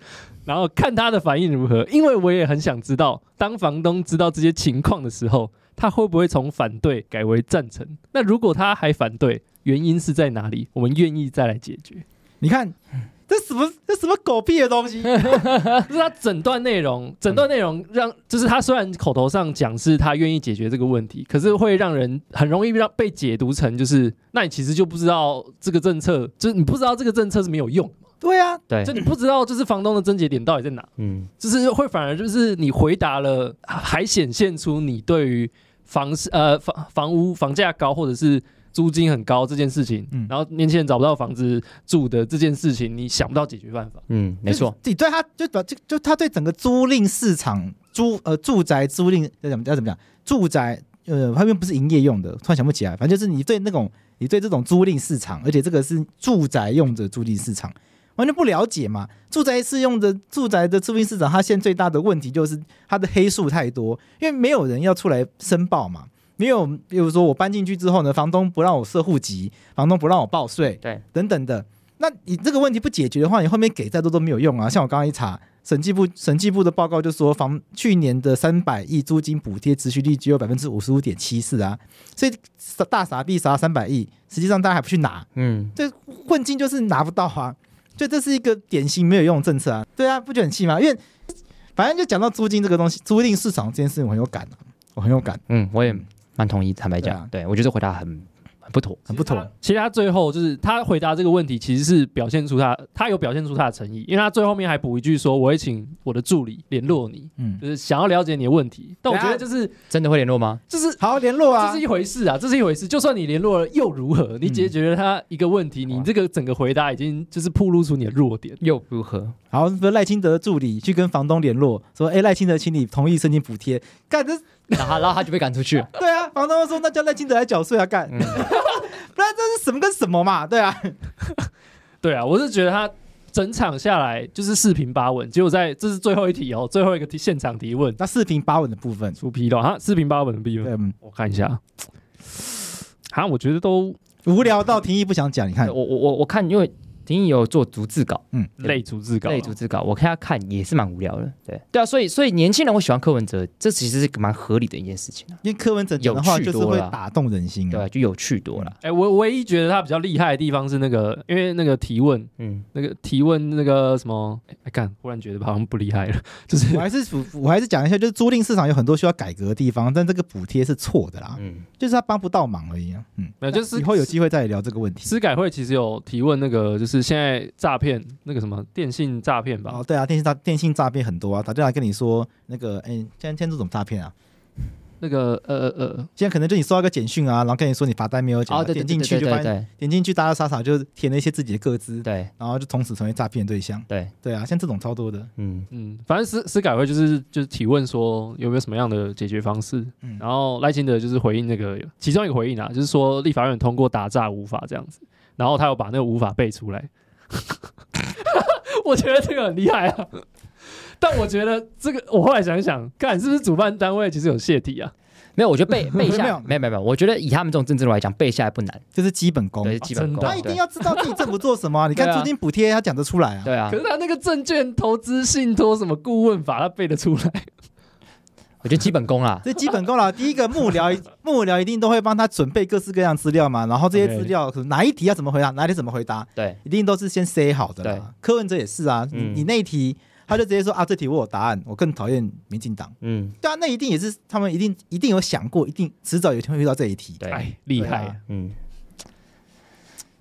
然后看他的反应如何，因为我也很想知道，当房东知道这些情况的时候，他会不会从反对改为赞成？那如果他还反对，原因是在哪里？我们愿意再来解决。
你看这什么这什么狗屁的东西？
就是他整段内容，整段内容让，就是他虽然口头上讲是他愿意解决这个问题，可是会让人很容易让被解读成就是，那你其实就不知道这个政策，就是你不知道这个政策是没有用，
对啊，
对
就，你不知道就是房东的症结点到底在哪，
嗯，
就是会反而就是你回答了，还显现出你对于房市呃房房屋房价高或者是。租金很高这件事情，
嗯
然后年轻人找不到房子住的这件事情，你想不到解决办法。
嗯，没错，
就你对他就把就就他对整个租赁市场租呃住宅租赁要怎么要怎么讲住宅呃，他们不是营业用的，突然想不起来，反正就是你对那种你对这种租赁市场，而且这个是住宅用的租赁市场，完全不了解嘛？住宅是用的住宅的租赁市场，它现在最大的问题就是它的黑数太多，因为没有人要出来申报嘛。没有，比如说我搬进去之后呢，房东不让我设户籍，房东不让我报税，
对，
等等的。那你这个问题不解决的话，你后面给再多都没有用啊。像我刚刚一查，审计部审计部的报告就说房，去年的三百亿租金补贴持续率只有百分之五十五点七四啊，所以傻大傻逼傻三百亿，实际上大家还不去拿，
嗯，
这混进就是拿不到啊。所以这是一个典型没有用的政策啊。对啊，不觉得很气吗？因为反正就讲到租金这个东西，租赁市场这件事情我很有感啊，我很有感，
嗯，我也蛮同意，坦白讲，
对
对啊我觉得这回答很很不妥。
很不妥。
其实他最后就是他回答这个问题，其实是表现出他他有表现出他的诚意，因为他最后面还补一句说：“我会请我的助理联络你，
嗯，
就是想要了解你的问题。”但我觉得就是
真的会联络吗？
就是
好联络
这
啊
是，一回事啊，这是一回事。就算你联络了又如何？你解决了他一个问题，你这个整个回答已经就是暴露出你的弱点。
又如何？
好，比如赖清德的助理去跟房东联络，说：“哎、赖清德，请你同意申请补贴。”干这
然后然后他就被赶出去了。
对啊，房东说：“那叫赖清德来缴税啊！”干，
嗯
不然这是什么跟什么嘛？对啊，
对啊，我是觉得他整场下来就是四平八稳，结果在这是最后一题哦，最后一个提现场提问
那四平八稳的部分，
出纰漏哈，四平八稳的逼问，
对，嗯
我看一下，啊，我觉得都
无聊到廷义不想讲。你看
我，我我我 看，因为婷宜有做逐字稿，
类逐字稿，
类逐字稿，我看他看也是蛮无聊的。对对啊，所以所以年轻人会喜欢柯文哲，这其实是蛮合理的一件事情啊。
因为柯文哲讲的话
有趣
就是
多
会
了啊
打动人心
对啊，
啊。
就有趣多了。
哎、我我唯一觉得他比较厉害的地方是那个，因为那个提问，
嗯，
那个提问那个什么，哎、干，忽然觉得好像不厉害了，就是
我还是我我还是讲一下，就是租赁市场有很多需要改革的地方，但这个补贴是错的啦，
嗯，呃
就是他帮不到忙而已啊。嗯，
没有，就是
以后有机会再聊这个问题。
司改会其实有提问那个，就是现在诈骗那个什么电信诈骗吧，
哦，对啊，电信诈电信诈骗很多啊，打电话跟你说那个，哎、现在现在这种诈骗啊，
那个呃呃呃，
现在可能就你收到一个简讯啊，然后跟你说你罚单没有缴，
哦，对对
点
对
进去
对
就发
对
现
对
点进去，大家傻傻就填了一些自己的个资，
对
然后就从此成为诈骗对象。
对，
对啊，像这种超多的，
嗯，
嗯，反正司司改会就是就是提问说有没有什么样的解决方式，
嗯
然后赖清德就是回应那个其中一个回应啊，就是说立法院通过打诈无法这样子，然后他又把那个无法背出来， 我觉得这个很厉害啊。但我觉得这个，我后来想一想，看是不是主办单位其实有泄题啊？
没有，我觉得 背背
没
下
有
没有没有没有，我觉得以他们这种政治来讲，背下来不难，
这是基本功。
对，基本
真
功
的哦
他一定
对
要知道自己政府做什 么啊、你看
对啊
租金补贴，他讲得出来啊。
对啊
可，是他那个证券投资信托什么顾问法，他背得出来。
我觉得基本功啦，
这基本功了。啊第一个幕 僚，幕僚一定都会帮他准备各式各样资料嘛，然后这些
OK
资料可能哪一题要怎么回答，哪一题怎么回答，
对
一定都是先 say 好的
对
啦。柯文哲也是啊，你
嗯
你那一题他就直接说啊，这题我有答案，我更讨厌民进党。
嗯
对啊，那一定也是他们一定一定有想过，一定迟早有一天会遇到这一题。
对
哎，厉害、
对啊
嗯，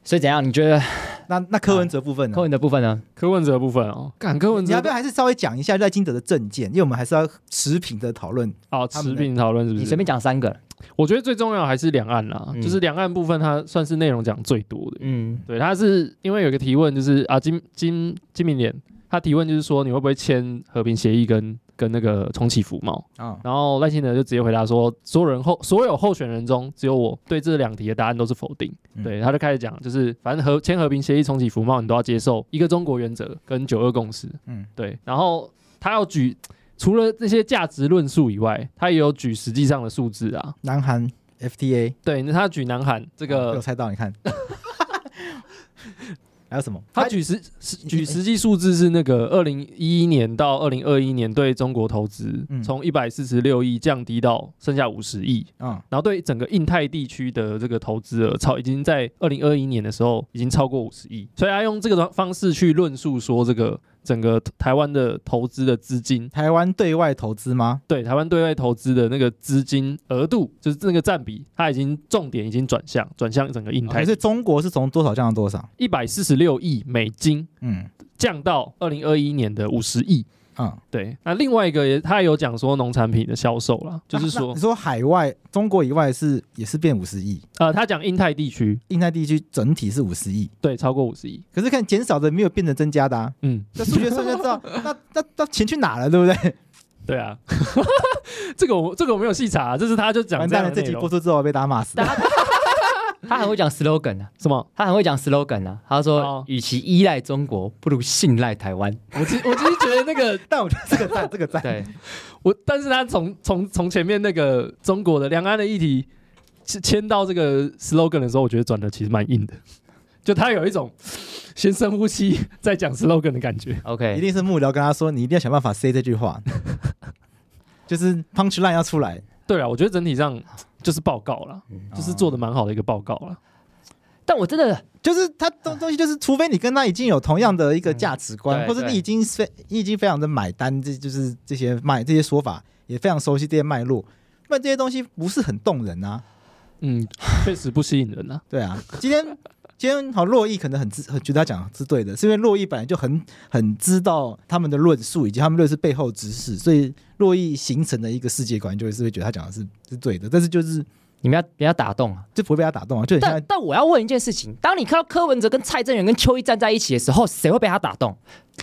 所以怎样？你觉得
嗯
那那柯文哲部分呢？
柯文的部分呢？
柯文哲的部分哦，敢柯文
你要
哲
不要还是稍微讲一下赖清德的政见？因为我们还是要持平的讨论。
哦，
他们
持
的
平讨论是不
你
是？
随便讲三个，
我觉得最重要还是两岸啦，
嗯
就是两岸部分它算是内容讲最多的。
嗯
对，它是因为有一个提问，就是啊金金金明莲，他提问就是说你会不会签和平协议跟跟那个重启服贸？
啊
然后赖清德就直接回答说，所有人候所有候选人中，只有我对这两题的答案都是否定。
嗯
对，他就开始讲，就是反正和签和平协议重启服贸，你都要接受一个中国原则跟九二共识。
嗯
嗯，对。然后他要举除了这些价值论述以外，他也有举实际上的数字啊。
南韩 FTA
对，那他举南韩
这
这个
有，哦猜到，你 看。还有什么？
他举实实
哎
举实际数字是那个二零一一年到二零二一年对中国投资
嗯
从一百四十六亿降低到剩下五十亿，
啊，
然后对整个印太地区的这个投资额超已经在二零二一年的时候已经超过五十亿，所以他用这个方式去论述说这个整个台湾的投资的资金
台湾对外投资吗？
对台湾对外投资的那个资金额度就是那个占比，它已经重点已经转向转向整个印
可
太
哦是中国是从多少降到多少？
一百四十六亿美金。
嗯
降到二零二一年的五十亿。
啊，
对，那另外一个也，他也有讲说农产品的销售啦，就是
那那
说
你，说海外中国以外是也是变五十亿，
呃，他讲印太地区
印太地区整体是五十亿，
对超过五十亿，
可是看减少的没有变成增加的啊。
嗯，
这数学算就知道，那那那钱去哪了，对不对？
对啊， 这个我这个我没有细查、这是他就讲
完
这
蛋
样
了，
的
这集
内
播
容。
出之后被打骂死。
他很会讲 slogan 啊，
什么？
他很会讲 slogan 啊。他说
哦，
与其依赖中国，不如信赖台湾。
我其我其实觉得那个
但我觉得这个赞，这个赞，
对，
我，但是他从从从前面那个中国的两岸的议题牵牵到这个 slogan 的时候，我觉得转的其实蛮硬的，就他有一种先深呼吸再讲 slogan 的感觉。
一
OK，
定是幕僚跟他说，你一定要想办法 say 这句话， 就是 punch line 要出来，
对啊，我觉得整体上就是报告啦，就是做的蛮好的一个报告啦。
但我真的
就是他东东西就是，除非你跟他已经有同样的一个价值观，
嗯对
或者你已经非你已经非常的买单，这就是这些脉这些说法也非常熟悉这些脉络，那这些东西不是很动人啊，
嗯，确实不吸引人啊。
对啊，今天今天好，洛毅可能很知很觉得他讲的是对的，是因为洛毅本来就很很知道他们的论述以及他们论述背后知识，所以洛毅形成的一个世界观就是会觉得他讲的是是对的，但是就是
你们要你要打动啊。
就不会被他打动啊，就很
但
像
但我要问一件事情：当你看到柯文哲跟蔡正元跟邱毅站在一起的时候，谁会被他打动？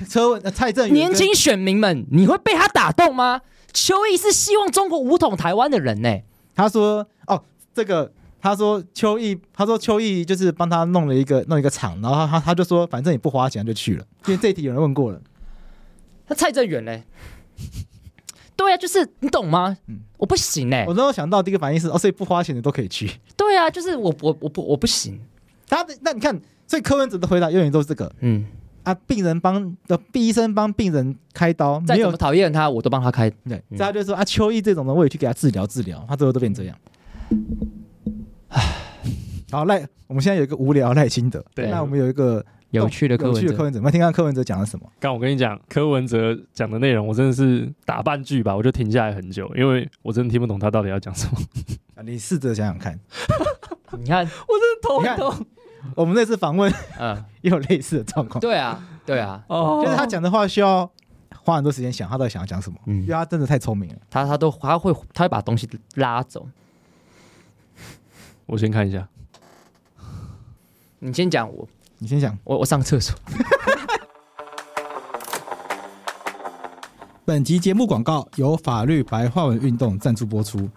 车文呃蔡正元
年
跟
轻选民们，你会被他打动吗？邱毅是希望中国武统台湾的人呢、
他说哦，这个他说秋意，他说秋意就是帮他弄了一个弄一个场，然后他他他就说反正也不花钱他就去了，因为这一题有人问过了，
那蔡正元嘞？ 对啊，就是你懂吗？
嗯
我不行哎、
我那时候想到第一个反应是哦，所以不花钱的都可以去。
对啊，就是我我我不我不行。
他的那你看，所以柯文哲的回答永远都是这个
嗯，
啊，病人帮的医生帮病人开刀，
再
没
怎
有
么讨厌他，我都帮他开。
对，所
嗯
以他就说啊，秋意这种的我也去给他治疗治疗，他最后都变这样。好，赖，我们现在有一个无聊赖清德，
对
那我们有一个
有趣的柯
有
文
趣的柯
哲，
文哲，我们听看柯文哲讲了什么。
刚我跟你讲，柯文哲讲的内容，我真的是打半句吧，我就停下来很久，因为我真的听不懂他到底要讲什么。
啊，你试着想想看。
你看，
你看，我们那次访问
嗯，
也有类似的状况，
对啊，对啊，
哦
就是他讲的话需要花很多时间想，他到底想要讲什么，
嗯
因为，他真的太聪明了。
他他都他会他会把东西拉走。
我先看一下，
你先讲我，
你先想，
我我上厕所。
本集节目广告由法律白话文运动赞助播出。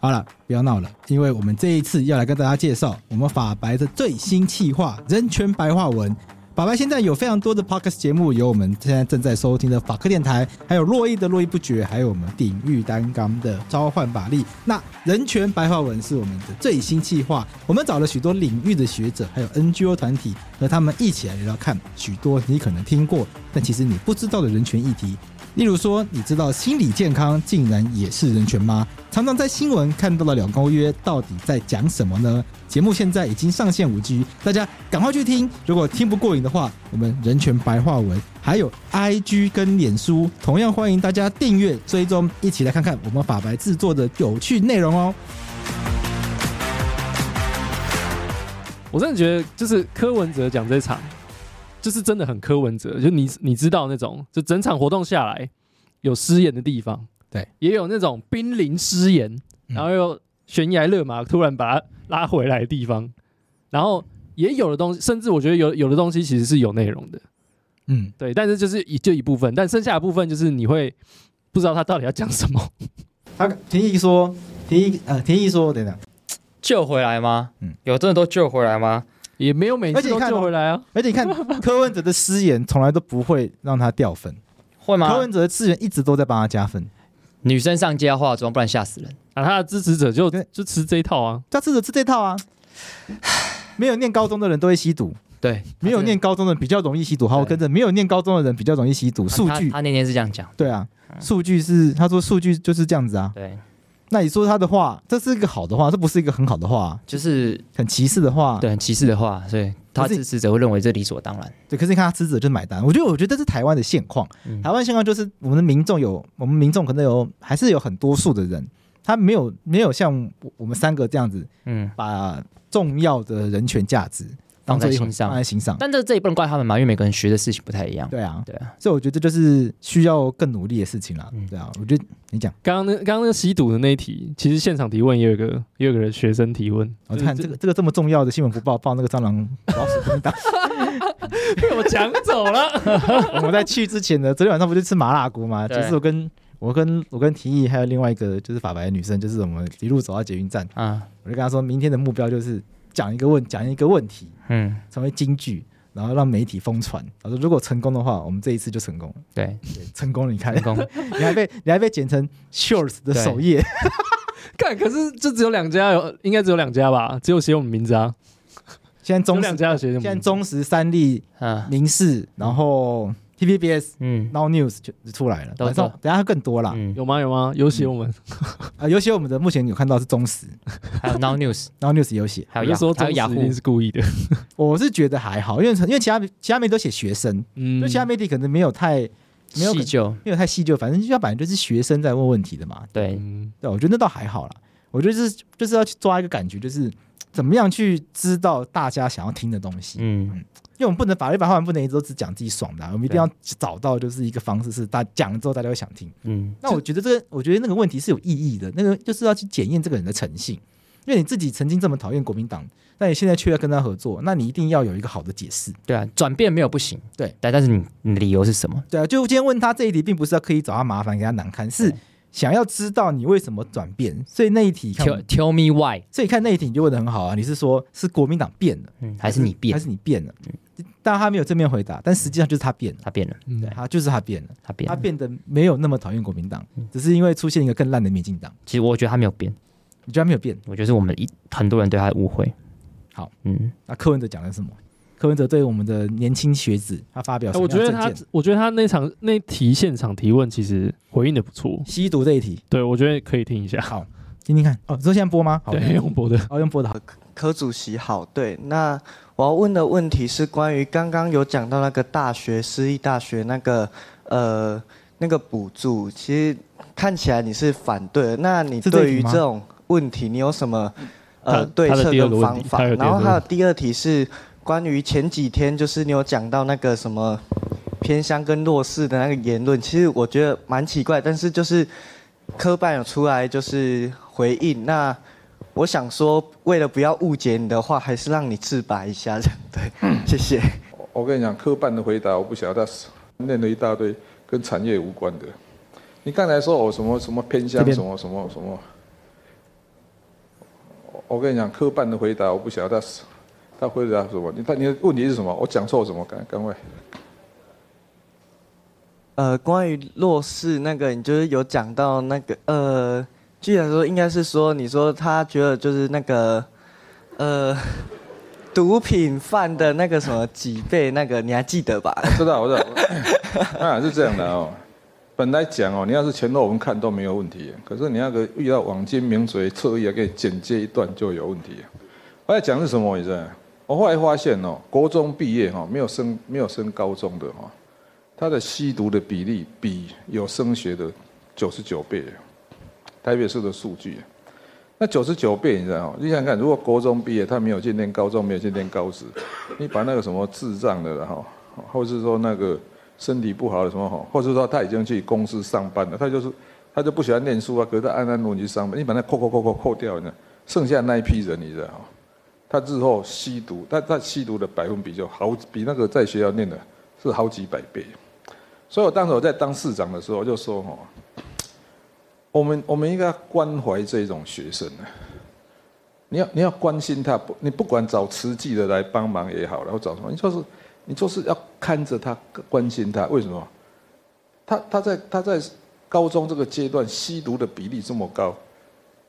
好了，不要闹了，因为我们这一次要来跟大家介绍我们法白的最新企划——人权白话文。法白现在有非常多的 podcast 节目，有我们现在正在收听的法科电台，还有洛伊的络绎不绝，还有我们鼎玉担纲的召唤法力。那人权白话文是我们的最新企划，我们找了许多领域的学者，还有 NGO 团体，和他们一起来聊聊看许多你可能听过，但其实你不知道的人权议题。例如说，你知道心理健康竟然也是人权吗？常常在新闻看到的两公约到底在讲什么呢？节目现在已经上线五 G，大家赶快去听。如果听不过瘾的话，我们人权白话文还有 IG 跟脸书，同样欢迎大家订阅追踪，一起来看看我们法白制作的有趣内容哦。
我真的觉得就是柯文哲讲这场，就是真的很柯文哲，就你你知道那种，就整场活动下来有失言的地方，
对，
也有那种濒临失言，
嗯
然后又悬崖勒马，突然把他拉回来的地方，然后也有的东西，甚至我觉得有有的东西其实是有内容的，
嗯，
对，但是就是一就一部分，但剩下的部分就是你会不知道他到底要讲什么。
他提议说，提议呃，提议说，等等，
救回来吗？
嗯
有真的都救回来吗？
也没有每次
而且你
都
看哦
救回来啊，
而且你看柯文哲的失言从来都不会让他掉分，
会吗
柯？文哲的失言一直都在帮他加分。
女生上街要化妆，不然吓死人。
啊，他的支持者就
对
就吃这一套啊，
他吃的是这套啊， 没有念高中的人都会吸毒，
对，
没有念高中的人比较容易吸毒，好，我
对
跟着没有念高中的人比较容易吸毒。
他
数
他嗯
据
他那天是这样讲。
对啊，数据是他说数据就是这样子啊。
对，
那你说他的话，这是一个好的话，这不是一个很好的话，啊
就是
很歧视的话。啊
对很歧视的话，所以他
可是
支持者会认为这理所当然。
对，可是你看他吃者就是买单，我觉得我觉得这是台湾的现况。
嗯
台湾现况就是我们的民众有，我们民众可能有还是有很多数的人，他没有没有像我我们三个这样子
嗯，
把重要的人权价值当
放在
做一
心
回
上
放在心上。
但这这也不能怪他们嘛，因为每个人学的事情不太一样。
对啊，
对啊，
所以我觉得这就是需要更努力的事情啦。
嗯
对啊，我觉得你讲，
刚刚那刚刚那个吸毒的那一题，其实现场提问也有一个也有一个学生提问，
我看这个这个这么重要的新闻不报，报那个蟑螂老鼠叮 当。
被我抢走了。
我们在去之前呢，昨天晚上不就吃麻辣锅嘛？
对
就是我跟我跟我跟提议还有另外一个就是法白的女生，就是我们一路走到捷运站，
啊，
我就跟她说，明天的目标就是讲一个问讲一个问题，
嗯，
成为金句，然后让媒体疯传。他说如果成功的话，我们这一次就成功了。
对，
对，成功了，你看
成，功。
你还被你还被剪成 Shorts 的首页，
看，可是就只有两家有，应该只有两家吧，只有写我们名字啊，
现在
只
中
有两
时
家有写我们
现在
名字。
中时三立、
嗯
民视，然后 TVBS。
嗯
Now News 就就出来了，
都
晚上
都
等一下更多啦。
嗯，
有吗？有吗？有写我们？
啊，有些我们的目前有看到是中时
还有 啊 Now News，
，Now News 有写，
还
我
有
就
雅
说
嗯还
中
有雅
时一
虎
定，是故意的。
我是觉得还好，因为因为其他其他媒体都写学生，
嗯
就其他媒体可能没有太没有
细究。
没有太细究，反正要本来就是学生在问问题的嘛。
对，
嗯
对，我觉得那倒还好啦。我觉得就是就是要去抓一个感觉，就是怎么样去知道大家想要听的东西。
嗯，
因为我们不能法律白话文不能一直都只讲自己爽的啊、我们一定
对
要找到就是一个方式是大讲了之后大家会想听。
嗯，
那我觉得这个，我觉得那个问题是有意义的，那个就是要去检验这个人的诚信。因为你自己曾经这么讨厌国民党，那你现在却要跟他合作，那你一定要有一个好的解释。
对啊，转变没有不行。
对，
但但是你你的理由是什么？
对啊，就今天问他这一题，并不是要刻意找他麻烦给他难堪，是想要知道你为什么转变。所以那一题看我
Tell Tell me why，
所以看那一题你就问的很好啊，你是说是国民党变了，
嗯，还是你变嗯
还？是你变了？但他没有正面回答，但实际上就是他变了，
他变了，
嗯
对，他就是他变了，
他变
他
了。嗯
变得没有那么讨厌国民党，只是因为出现一个更烂的民进党，
其实我觉得他没有变，
你觉得他没有变？
我觉得是我们一很多人对他的误会。
好，
嗯，
那柯文哲讲了什么？柯文哲对我们的年轻学子，他发表什
哎
么
我
样
觉
的
得
政见？
他，我觉得他那场那题现场提问其实回应的不错，
吸毒这一 题，
对我觉得可以听一下。
好，听听看。哦，你说现在播 吗？好，
对，用博的，
好，用播的好。
柯主席好，对，那我要问的问题是关于刚刚有讲到那个大学私立大学那个呃那个补助，其实看起来你是反对的，那你
是这
对
题
于
吗
这种问题你有什么
他
呃对
他的
策
第二个
跟
问
方
题
法？
他有第二
然
个
后还有
问
第二题是关于前几天就是你有讲到那个什么偏乡跟弱势的那个言论，其实我觉得蛮奇怪，但是就是科办有出来就是回应那。我想说，为了不要误解你的话，还是让你自白一下这样对，谢谢。
我跟你讲，科办的回答我不晓得，他念了一大堆跟产业无关的。你刚才说我什么什么偏
这
乡
边
什么什么什么，我我跟你讲，科办的回答我不晓得他他回答什么。你他你的问题是什么？我讲错什么？赶赶快。
呃，关于弱势那个，你就是有讲到那个呃，具体来说应该是说，你说他觉得就是那个呃，毒品犯的那个什么几倍那个，你还记得吧？
我知道，我知道。 啊，是这样的哦。本来讲哦，你要是前后文看都没有问题，可是你那个遇到网金名嘴侧翼啊，给你剪接一段就有问题。我在讲是什么意思？我后来发现哦，国中毕业哈、哦，没有升没有升高中的哈、哦，他的吸毒的比例比有升学的九十九倍，台北市的数据。那九十九倍，你知道哦？你想想看，如果国中毕业，他没有去念高中，没有去念高职，你把那个什么智障的了哈，或是说那个身体不好的什么哈，或者说他已经去公司上班了，他就是他就不喜欢念书啊，可是他安安稳稳去上班，你把那扣扣扣扣扣掉呢，剩下那一批人你知道哈，他日后吸毒，他他吸毒的百分比就好比那个在学校念的是好几百倍，所以我当时我在当市长的时候我就说哈，我们我们应该关怀这种学生呢。你要你要关心他，不，你不管找慈济的来帮忙也好，然后找什么，你就是你就是要看着他，关心他。为什么？他他在他在高中这个阶段吸毒的比例这么高，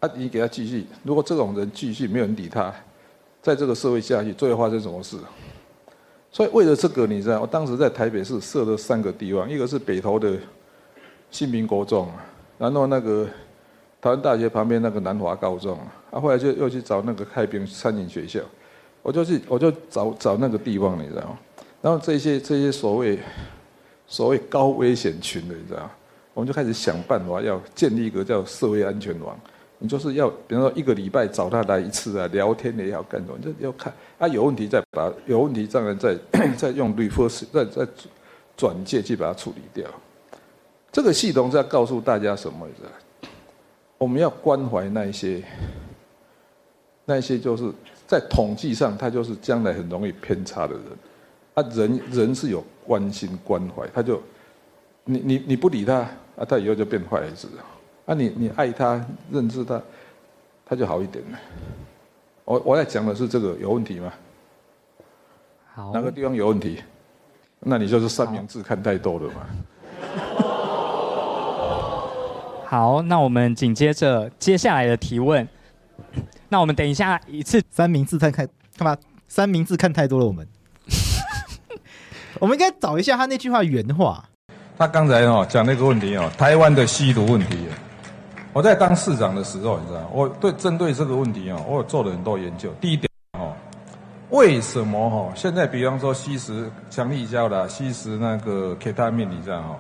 啊，你给他继续，如果这种人继续没有人理他，在这个社会下去，最后发生什么事？所以为了这个，你知道，我当时在台北市设了三个地方，一个是北投的新民国中，然后那个台湾大学旁边那个南华高中啊，后来就又去找那个开平餐饮学校，我就去我就找找那个地方，你知道吗？然后这些这些所谓所谓高危险群的，你知道吗？我们就开始想办法要建立一个叫社会安全网，你就是要比方说一个礼拜找他来一次啊，聊天也好干什么，你就要看啊有问题再把它有问题当然 再再用 refer 再再转介去把它处理掉。这个系统是要告诉大家什么？你知道吗？我们要关怀那一些，那一些就是在统计上，他就是将来很容易偏差的人。啊，人人是有关心关怀，他就你你你不理他啊，他以后就变坏孩子。啊，你你爱他，认识他，他就好一点了。我我在讲的是这个有问题吗？
好
哪，个地方有问题？那你就是三明治看太多了嘛。
好，那我们紧接着接下来的提问。那我们等一下一次
三明治看看干嘛？三明治看太多了， 我们。我们应该找一下他那句话原话。
他刚才哦讲那个问题哦，台湾的吸毒问题，哦我在当市长的时候，你知道，我对针对这个问题哦，我有做了很多研究。第一点哦，为什么哦现在比方说吸食强力胶啦，吸食那个 K 他命，你知道哦，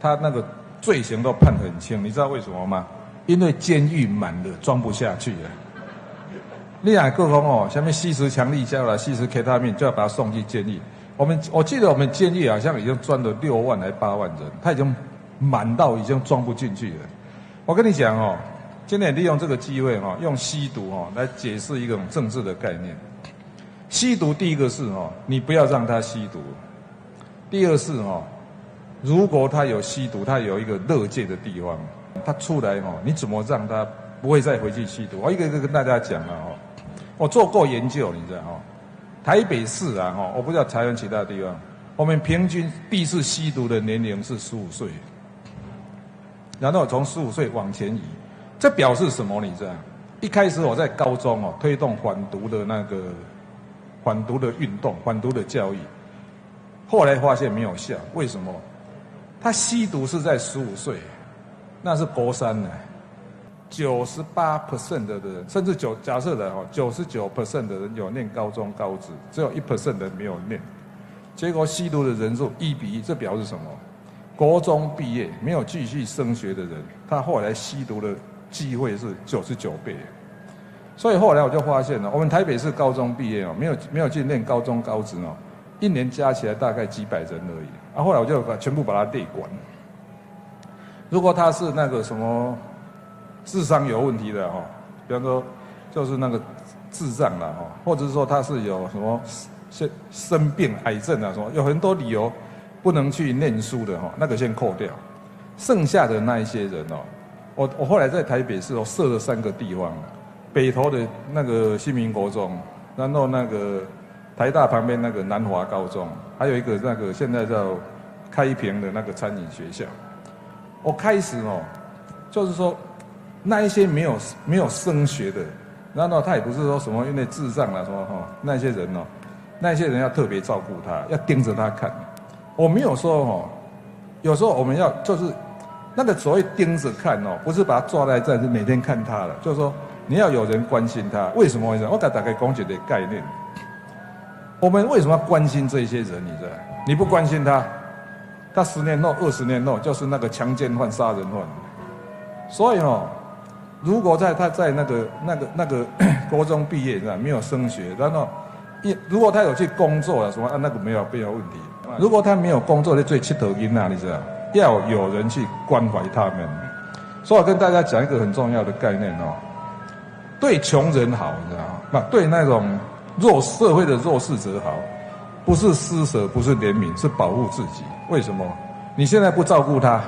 他那个罪行都判很轻，你知道为什么吗？因为监狱满了，装不下去了。你俩各方哦，下面吸食强力胶啦，吸食 K 他命，就要把他送去监狱。我们我记得我们监狱好像已经装了六万还八万人，他已经满到已经装不进去了。我跟你讲哦，今天利用这个机会哦，用吸毒哦来解释一种政治的概念。吸毒第一个是哦，你不要让他吸毒；第二是哦，如果他有吸毒，他有一个乐界的地方，他出来哦，你怎么让他不会再回去吸毒？我一个一个跟大家讲了哦，我做过研究，你知道哦。台北市啊，哈，我不知道台湾其他地方，我们平均第一次吸毒的年龄是十五岁，然后从十五岁往前移，这表示什么？你知道？一开始我在高中哦，推动反毒的那个反毒的运动、反毒的教育，后来发现没有效，为什么？他吸毒是在十五岁，那是国三呢、九十八 percent 的人，甚至九假设的哦，九十九 percent 的人有念高中、高职，只有一 percent 的人没有念。结果吸毒的人数一比一，这表示什么？国中毕业没有继续升学的人，他后来吸毒的机会是九十九倍。所以后来我就发现了，我们台北市高中毕业哦，没有没有去念高中、高职哦，一年加起来大概几百人而已。啊，后来我就把全部把它列管。如果他是那个什么智商有问题的哦，比方说就是那个智障了哦，或者是说他是有什么生生病、癌症啊什么，有很多理由不能去念书的哦，那个先扣掉，剩下的那一些人哦，我我后来在台北市哦设了三个地方，啊北投的那个新民国中，然后那个台大旁边那个南华高中，还有一个那个现在叫开平的那个餐饮学校，我开始哦，就是说那一些没有没有升学的，然后他也不是说什么因为智障啦什么哈、那些人哦，那些人要特别照顾他，要盯着他看。我没有说哦，有时候我们要就是那个所谓盯着看哦，不是把他抓在这，是每天看他了，就是说你要有人关心他。为什么会这样？我给大概讲解的概念。我们为什么要关心这些人？你知道？你不关心他，他十年后、二十年后就是那个强奸犯、杀人犯。所以哦，如果在他在那个那个那个 国中毕业，那没有升学，然后一如果他有去工作了什么，啊、那个没有没有问题。如果他没有工作，就最气头音啊，你知道？要有人去关怀他们。所以我跟大家讲一个很重要的概念哦，对穷人好，你知道吗？那对那种弱社会的弱势者好，不是施舍，不是怜悯，是保护自己。为什么？你现在不照顾他，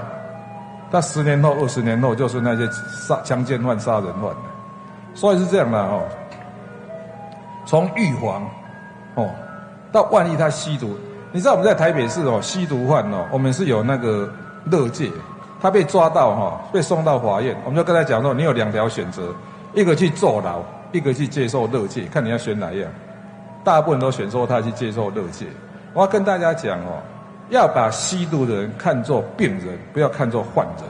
他十年后、二十年后就是那些杀强奸犯、杀人犯，所以是这样的哦。从预防哦，到万一他吸毒，你知道我们在台北市哦，吸毒犯哦，我们是有那个乐界，他被抓到哈、被送到法院，我们就跟他讲说，你有两条选择，一个去坐牢，一个去接受乐界，看你要选哪一样。大部分都选说他去接受乐界。我要跟大家讲哦，要把吸毒的人看作病人，不要看作患人，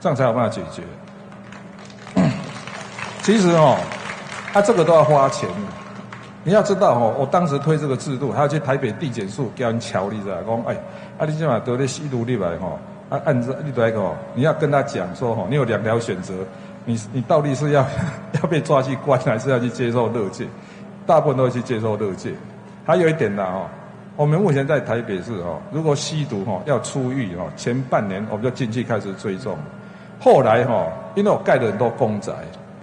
这样才有办法解决。 其实哦，他、这个都要花钱的。你要知道哦，我当时推这个制度，还要去台北地检署给人瞧你知道？讲哎，啊你今晚得了吸毒例来吼，啊按照你来吼，你要跟他讲说吼，你有两条选择，你你到底是要 要被抓去关，还是要去接受乐戒？大部分都会去接受乐戒。还有一点呢哦，我们目前在台北市哦，如果吸毒哦要出狱哦，前半年我们就进去开始追踪，后来哈、因为我盖了很多公宅，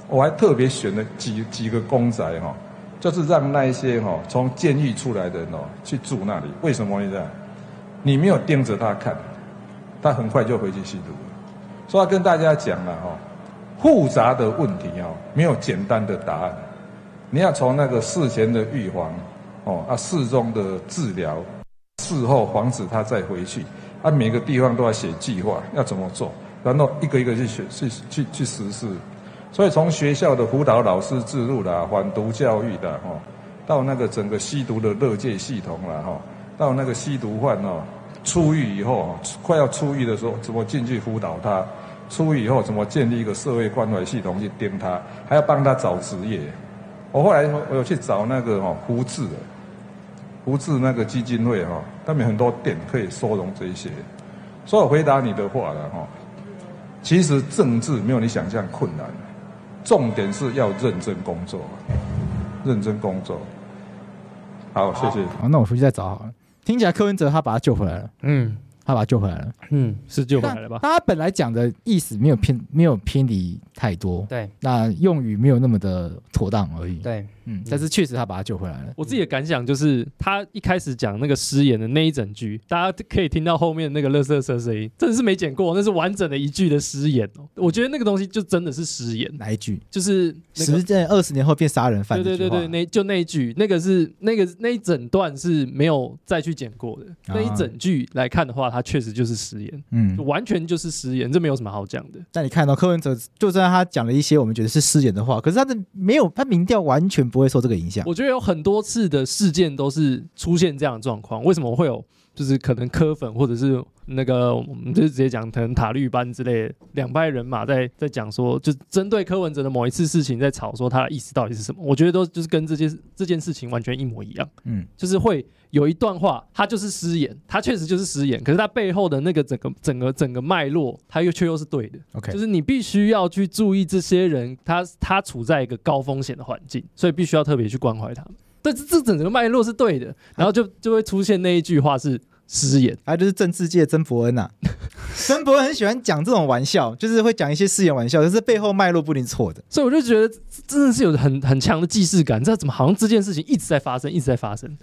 我还特别选了几几个公宅哈、就是让那一些哈、哦从监狱出来的人哦去住那里。为什么你知道？你没有盯着他看，他很快就回去吸毒了。所以要跟哦大家讲了哈、复杂的问题哦，没有简单的答案。你要从那个事前的预防，哦啊，事中的治疗，事后防止他再回去，啊，每个地方都要写计划，要怎么做，然后一个一个去学去去去实施。所以从学校的辅导老师制度啦、反毒教育的哦，到那个整个吸毒的乐界系统啦哈、哦，到那个吸毒犯哦，出狱以后哦快要出狱的时候，怎么进去辅导他？出狱以后怎么建立一个社会关怀系统去盯他？还要帮他找职业。我后来我有去找那个哦胡志的，胡志那个基金会哈、哦，他们很多点可以收容这一些。所以我回答你的话了哈、哦，其实政治没有你想象困难。重点是要认真工作，认真工作。好，谢谢。
好，那我回去再找好了。听起来柯文哲他把他救回来了，
嗯
他把他救回来了。
嗯，
是救回来了吧？
但他本来讲的意思没有偏，没有偏离太多，
对
那用语没有那么的妥当而已。
对，
嗯，但是确实他把他救回来了。
我自己的感想就是，他一开始讲那个失言的那一整句，大家可以听到后面那个乐色车声音，真的是没剪过，那是完整的一句的失言哦。我觉得那个东西就真的是失言，
哪一句？
就是那个
实践二十年后变杀人犯这
对
句
对
话。
对对，那就那一句，那个是那个那一整段是没有再去剪过的。那一整句来看的话，它确实就是失言，
啊嗯
就，完全就是失言，这没有什么好讲的。
但你看到、柯文哲，就算他讲了一些我们觉得是失言的话，可是他的没有，他民调完全不会受这个影响。
我觉得有很多次的事件都是出现这样的状况，为什么会有？就是可能科粉或者是那个，我们就直接讲，可能塔绿班之类的两派人马在在讲说，就针对柯文哲的某一次事情在吵说他的意思到底是什么？我觉得都就是跟这件这件事情完全一模一样。
嗯，
就是会有一段话，他就是失言，他确实就是失言，可是他背后的那个整个整个整个脉络，他又却又是对的。
OK
就是你必须要去注意这些人，他他处在一个高风险的环境，所以必须要特别去关怀他们。但是这整个脉络是对的，然后就就会出现那一句话是失言。
还有就是政治界的曾伯恩 呐、曾伯恩很喜欢讲这种玩笑，就是会讲一些失言玩笑，可是背后脉络不一定错的。
所以我就觉得真的是有很很强的既视感，这怎么好像这件事情一直在发生，一直在发生？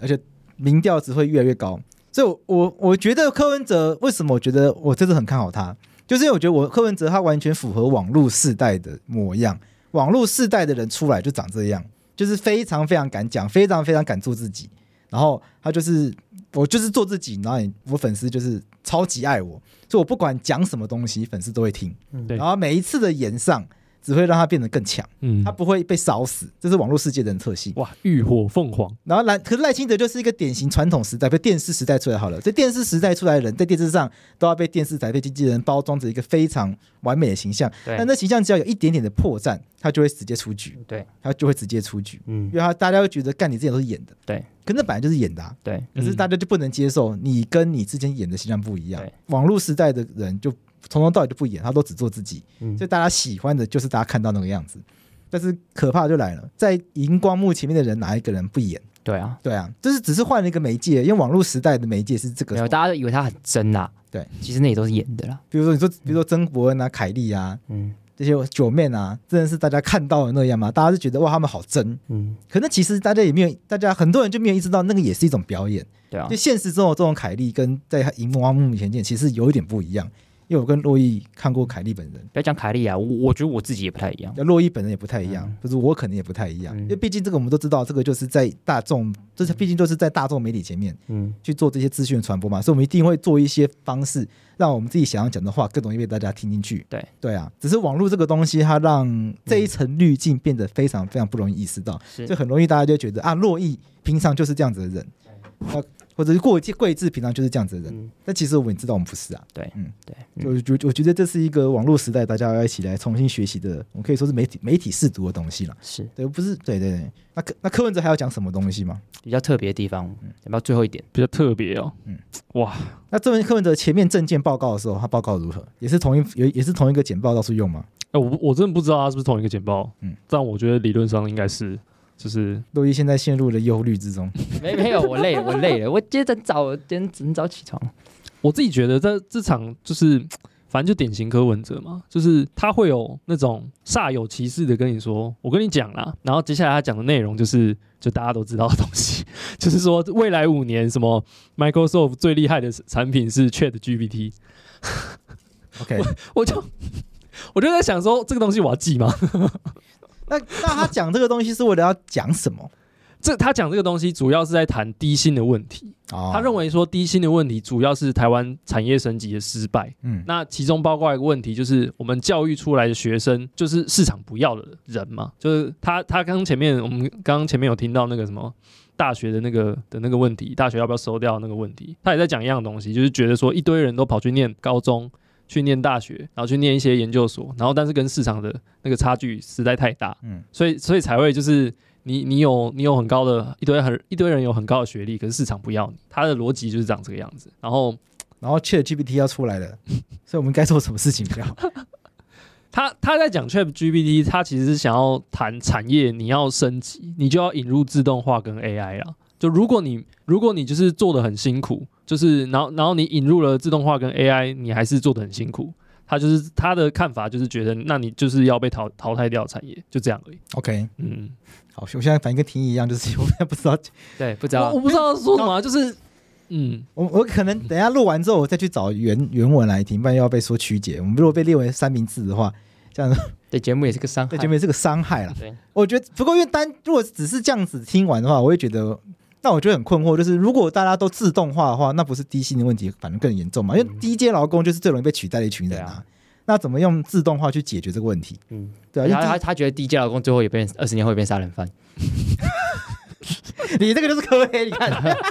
民调只会越来越高。所以我，我我觉得柯文哲为什么我觉得我这次很看好他，就是因为我觉得我柯文哲他完全符合网络世代的模样，网络世代的人出来就长这样，就是非常非常敢讲，非常非常敢做自己。然后他就是我就是做自己，然后你我粉丝就是超级爱我，所以我不管讲什么东西，粉丝都会听。
对
然后每一次的演上只会让他变得更强，
嗯
他，不会被烧死，这是网络世界的人特性。
哇，浴火凤凰，
然后赖，可是赖清德就是一个典型传统时代，被电视时代出来好了。这电视时代出来的人，在电视上都要被电视台、被经纪人包装着一个非常完美的形象。
对
但那形象只要有一点点的破绽，他就会直接出局。
对，
他就会直接出局，
嗯
因为他大家会觉得，干你之前都是演的。
对，
可那本来就是演的、啊。
对，
可是大家就不能接受你跟你之前演的形象不一样
对。
网络时代的人就从头到尾就不演，他都只做自己，
嗯
所以大家喜欢的就是大家看到那个样子。但是可怕就来了，在荧光幕前面的人，哪一个人不演？
对啊，
对啊，就是只是换了一个媒介，因为网络时代的媒介是这
没有
个，
大家都以为他很真呐，
对，
其实那也都是演的啦，
比如说你说，比如说曾伯恩啊、凯莉啊
嗯
这些九妹啊，真的是大家看到的那样嘛？大家就觉得哇，他们好真，
嗯，
可那其实大家也没有，大家很多人就没有意识到那个也是一种表演。
对啊
就，现实中的这种凯莉跟在荧光幕前见其实有一点不一样，因为我跟洛伊看过凯莉本人。
不要讲凯莉啊，我我觉得我自己也不太一样，
那洛伊本人也不太一样
嗯，
就是我可能也不太一样，
嗯
因为毕竟这个我们都知道，这个就是在大众，就是毕竟就是在大众媒体前面，
嗯
去做这些资讯的传播嘛，所以我们一定会做一些方式，让我们自己想要讲的话更容易被大家听进去。
对，
对啊，只是网络这个东西，它让这一层滤镜变得非常非常不容易意识到，
是
就很容易大家就觉得啊，洛毅平常就是这样子的人，啊，或者是过季桂志平常就是这样子的人，
嗯
但其实我们知道我们不是啊。
对
嗯，
对，
就
嗯
我觉我觉得这是一个网络时代大家要一起来重新学习的，我们可以说是媒体媒体试读的东西了。
是
对，不是对对对，那柯那柯文哲还要讲什么东西吗？
比较特别的地方，嗯要不要最后一点？
比较特别哦。
嗯
嗯，哇，
那这文柯文哲前面证件报告的时候，他报告如何？也是同一也也是同一个简报到处用吗？
哎、我不我真的不知道他是不是同一个简报，
嗯
嗯，但我觉得理论上应该是，就是
洛伊现在陷入了忧虑之中。
没没有，我累了，我累了，我今天很早，今天很早起床。
我自己觉得在这场就是，反正就典型柯文哲嘛，就是他会有那种煞有其事的跟你说，我跟你讲啦，然后接下来他讲的内容就是。就大家都知道的东西， 就是说未来五年什么 Microsoft 最厉害的产品是 Chat GPT，
OK，
我就我就在想说这个东西我要记吗？
那那他讲这个东西是为了要讲什么？
这他讲这个东西主要是在谈低薪的问题。
哦
他认为说低薪的问题主要是台湾产业升级的失败，
嗯
那其中包括一个问题就是我们教育出来的学生就是市场不要的人嘛，就是他他刚前面我们刚刚前面有听到那个什么。大学的那个的那个问题，大学要不要收掉那个问题，他也在讲一样东西，就是觉得说一堆人都跑去念高中，去念大学，然后去念一些研究所，然后但是跟市场的那个差距实在太大，
嗯
所以所以才会就是你你有你有很高的一堆很一堆人有很高的学历，可是市场不要你，他的逻辑就是长这个样子。然后
然后 Chat GPT 要出来了，所以我们该做什么事 情比较好？
他他在讲 Chat GPT，他其实是想要谈产业，你要升级，你就要引入自动化跟 AI 啦。就如果你如果你就是做的很辛苦，就是然后然后你引入了自动化跟 AI，你还是做的很辛苦。他就是他的看法，就是觉得那你就是要被淘淘汰掉的产业，就这样而已。
OK，
嗯，
好，我现在反应跟婷宜一样，就是我也不知道，
对，不知
我
道
我不知道说什么啊、就是嗯，
我我可能等一下录完之后，我再去找原原文来听，不然又要被说曲解。我们如果被列为三明治的话，这样
对节目也是个伤害
对前。面是个伤害啦。
对，
我觉得，不过因为单如果只是这样子听完的话，我会觉得，那我觉得很困惑，就是如果大家都自动化的话，那不是低薪的问题，反而更严重嘛？因为低阶劳工就是最容易被取代的一群人
嗯对
啊。那怎么用自动化去解决这个问题？
嗯，
对啊，
然后
因
他
为
他觉得低阶老公最后也变二十年后也变杀人犯，
低你这个就是科黑，你看。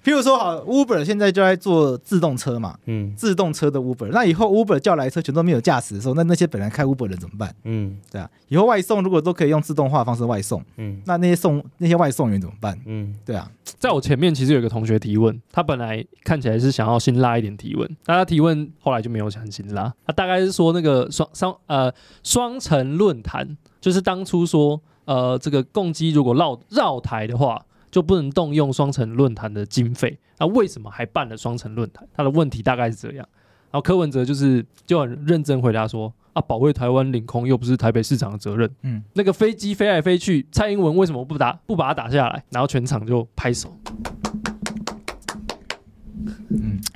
譬如说，好，Uber 现在就在做自动车嘛，
嗯
自动车的 Uber，那以后 Uber 叫来车全都没有驾驶的时候，那那些本来开 Uber 的人怎么办？
嗯
对啊，以后外送如果都可以用自动化方式外送，
嗯
那那些送那些外送员怎么办？
嗯，
对啊，
在我前面其实有一个同学提问，他本来看起来是想要辛辣一点提问，但他提问后来就没有想辛辣，他大概是说那个双双呃双城论坛，就是当初说呃这个共机如果绕绕台的话，就不能动用双城论坛的经费，那为什么还办了双城论坛？他的问题大概是这样。然后柯文哲就是就很认真回答说啊，保卫台湾领空又不是台北市长的责任。
嗯，
那个飞机飞来飞去，蔡英文为什么不打不把它打下来？然后全场就拍手。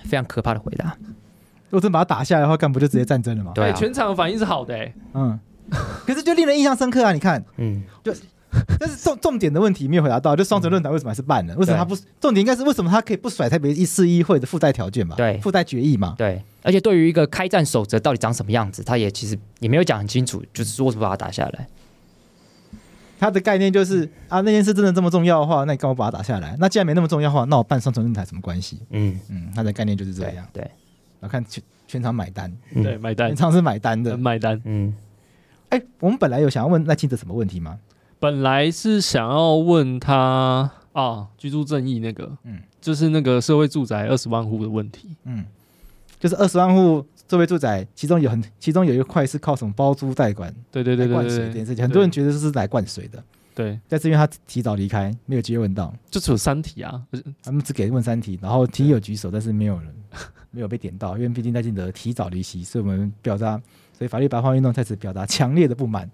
非常可怕的回答。
如果真把他打下来的话，干不就直接战争了吗？
对
哎
啊，
全场的反应是好的、哎，
嗯， 可是就令人印象深刻啊！你看，
嗯，
但是重重点的问题没有回答到，就双城论坛为什么还是办了？为什么他不？重点应该是为什么他可以不甩台北一四一会的附带条件嘛？
对
附带决议嘛？
对。而且对于一个开战守则到底长什么样子，他也其实也没有讲很清楚，就是说为什么把它打下来。
他的概念就是啊，那件事真的这么重要的话，那你干嘛把它打下来？那既然没那么重要的话，那我办双城论坛什么关系？
嗯，
嗯，他的概念就是这
对
样。
对，
然后看全全场买单，
嗯
对，买单
全，场是买单的。
买单。
嗯，
哎、我们本来有想要问赖清德什么问题吗？
本来是想要问他啊，居住正义那个，
嗯
嗯，就是那个社会住宅二十万户的问题。
嗯，就是二十万户作为住宅，其中有很其中有一块是靠什么包租代管
对对
来
对
灌
对
水
对
这件
对，
事情，很多人觉得这是来灌水的，
对，
但是因为他提早离开，没有机会问到，
就只有三题啊，不是
他们只给问三题，然后提有举手，但是没有 人没有被点到，因为毕竟赖清德提早离席，所以我们表达。所以法律白话运动开始表达强烈的不 满，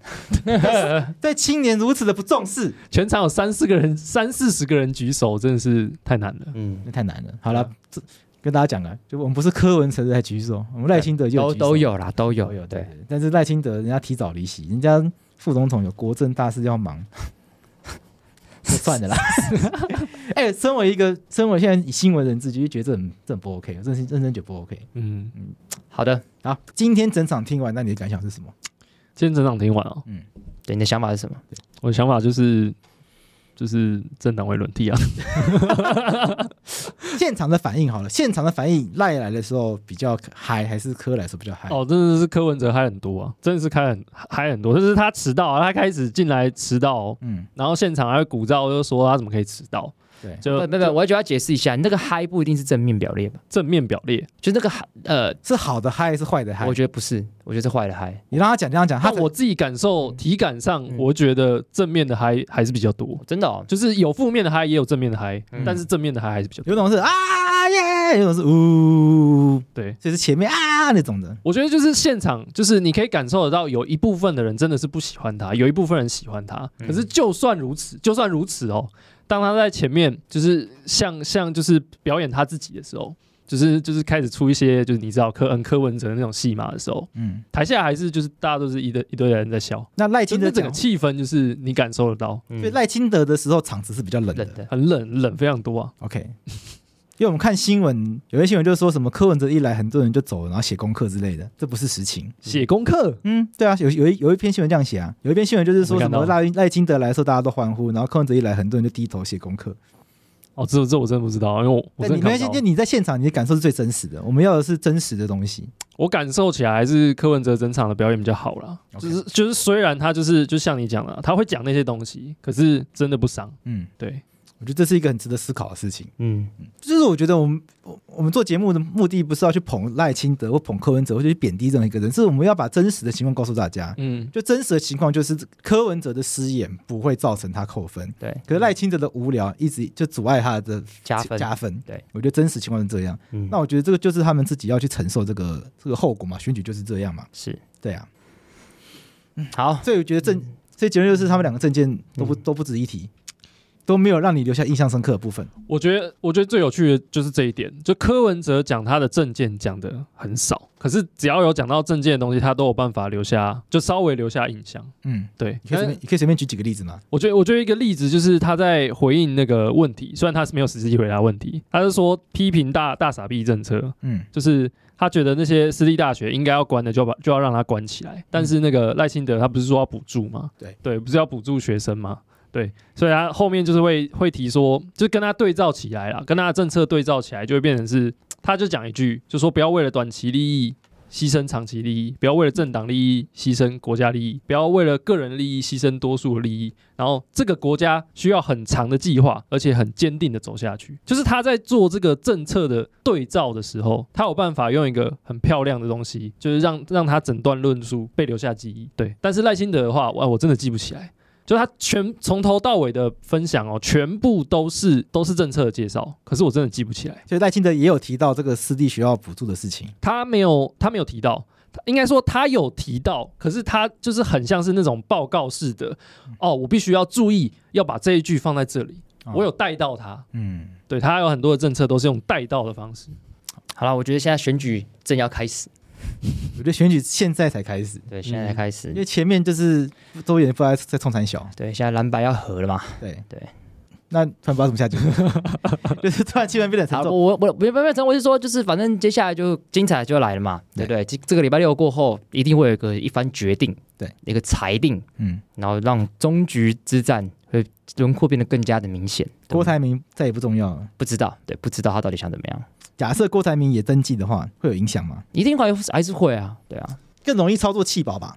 对青年如此的不重视，
全场有三四个人，三四十个人举手，真的是太难了。
嗯，
那太难了。好了，这跟大家讲了，就我们不是柯文哲在举手，我们赖清德就举
都
手
都有啦，都有
都有对
对，
对但是赖清德人家提早离席，人家副总统有国政大事要忙，就算了啦。 哎、身为一个身为现在以新闻人自己就觉得这很这很不 OK，我真是认真觉得不 OK。
嗯，
好的，
好，今天整场听完，那你的感想是什么？
今天整场听完哦，
对，你的想法是什么？
我的想法就是就是政党会轮替啊。
现场的反应好了，现场的反应赖来的时候比较嗨，还是柯来的时候比较嗨？
哦，真的是柯文哲嗨很多啊，真的是开很嗨很多，就是他迟到啊，他开始进来迟到哦、
嗯，
然后现场还会鼓噪，就说他怎么可以迟到，
嗯
对，
呃就
不不不，呃我要觉得要解释一下，你那个嗨不一定是正面表列吧？
正面表列。
就那个嗨，呃，
是好的嗨还是坏的嗨
我？觉得不是，我觉得是坏的嗨。
你让他讲这样讲，他
那我自己感受体感上，
嗯
我觉得正面的嗨还是比较多，
真的哦，
就是有负面的嗨，也有正面的嗨，
嗯
但是正面的嗨还是比较多。
有种是啊耶，有种是呜，
对，
就是前面啊那种的。
我觉得就是现场，就是你可以感受得到，有一部分的人真的是不喜欢他，有一部分人喜欢他。
嗯
可是就算如此，就算如此哦，当他在前面就是像像就是表演他自己的时候，就是就是开始出一些就是你知道柯嗯柯文哲那种戏码的时候，
嗯，
台下还是就是大家都是一堆一堆人在笑，
那赖
真
清
的
德
整个
讲，
气氛就是你感受得到，
嗯
所以赖清德的时候场子是比较冷的
冷。的，
很冷很冷非常多啊。
OK，因为 我们看新闻，有些新闻就是说什么柯文哲一来，很多人就走了，然后写功课之类的，这不是实情。
写功课，
嗯，对啊，有有一有一篇新闻这样写啊，有一篇新闻就是说
我没
什
看到
么赖赖清德来的时候大家都欢呼，然后柯文哲一来，很多人就低头写功课。
哦，这这我真的不知道，因为我我
但你
真
没
的
关
看
系，
不
就
到。
你在现场，你的感受是最真实的。我们要的是真实的东西。
我感受起来还是柯文哲整场的表演比较好啦。
OK
就是就是虽然他就是就像你讲的，他会讲那些东西，可是真的不伤。
嗯，
对，
我觉得这是一个很值得思考的事情。
嗯，
就是我觉得我们我我们做节目的目的不是要去捧赖清德或捧柯文哲，或者去贬低任何一个人，是我们要把真实的情况告诉大家。
嗯，
就真实的情况就是柯文哲的失言不会造成他扣分，
对，
可是赖清德的无聊一直就阻碍他的
加分，
加分，
对，
我觉得真实情况是这样。
嗯，
那我觉得这个就是他们自己要去承受这个这个后果嘛，选举就是这样嘛，
是
对啊。
好，
所以我觉得政，所以结论就是他们两个证件都不、
嗯
都不值一提，都没有让你留下印象深刻的部分。
我觉得我觉得最有趣的就是这一点，就柯文哲讲他的证件讲的很少，可是只要有讲到证件的东西，他都有办法留下，就稍微留下印象。
嗯，
对，
你可以随便你可以随便举几个例子吗？
我觉得，我觉得一个例子就是他在回应那个问题，虽然他是没有实际回答问题，他是说批评大大傻逼政策，
嗯
就是他觉得那些私立大学应该要关的就要把就要让他关起来，但是那个赖清德他不是说要补助吗？
对
对，不是要补助学生吗？对，所以他后面就是会会提说，就跟他对照起来啦，跟他的政策对照起来，就会变成是，他就讲一句，就说不要为了短期利益牺牲长期利益，不要为了政党利益牺牲国家利益，不要为了个人利益牺牲多数的利益。然后这个国家需要很长的计划，而且很坚定的走下去。就是他在做这个政策的对照的时候，他有办法用一个很漂亮的东西，就是让让他整段论述被留下记忆。对，但是赖清德的话，哇，我真的记不起来。就他全从头到尾的分享哦，全部都是都是政策的介绍，可是我真的记不起来。
所以赖清德也有提到这个私立学校补助的事情。
他没有，他没有提到，他应该说他有提到，可是他就是很像是那种报告式的，哦，我必须要注意，要把这一句放在这里，
哦
我有带到他，
嗯，
对他有很多的政策都是用带到的方式，
好了，我觉得现在选举正要开始，
我觉得选举现在才开始，
对，现在才开始
因，为前面就是周也不知道在冲三小，
对，现在蓝白要合了嘛，
对
对。
那突然不知道怎么下去， 就是突然气氛变得很沉
好，
重。
我我我没没没成，我是说，就是反正接下来就精彩就来了嘛，对不对？这这个礼拜六过后，一定会有一个一番决定，
对，
一个裁定，
嗯，
然后让终局之战会轮廓变得更加的明显。对
郭台铭再也不重要了。
不知道，对，不知道他到底想怎么样，
假设郭台铭也登记的话，会有影响吗？
一定还还是会啊，对啊，
更容易操作弃保吧？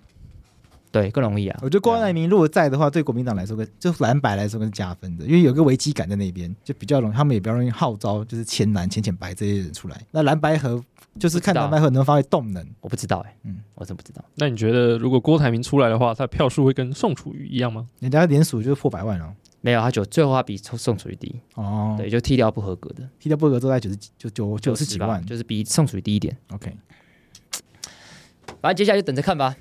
对，更容易啊
我。觉得郭台铭如果在的话，对国民党来说跟就蓝白来说跟加分的，因为有个危机感在那边，就比较容易，他们也比较容易号召就是浅蓝、浅浅白这些人出来。那蓝白河就是看
不知道
蓝白河能不能发挥动能。
我不知道哎、
嗯
我真不知道。
那你觉得如果郭台铭出来的话，他的票数会跟宋楚瑜一样吗？
人家联署就是破百万了。
没有，他九最后他比宋宋楚瑜低，
哦，
对，就踢掉不合格的
踢掉波格都在九十几，就九九十几
吧
万。
就是比宋楚瑜低一点。
OK，
反正接下来就等着看吧。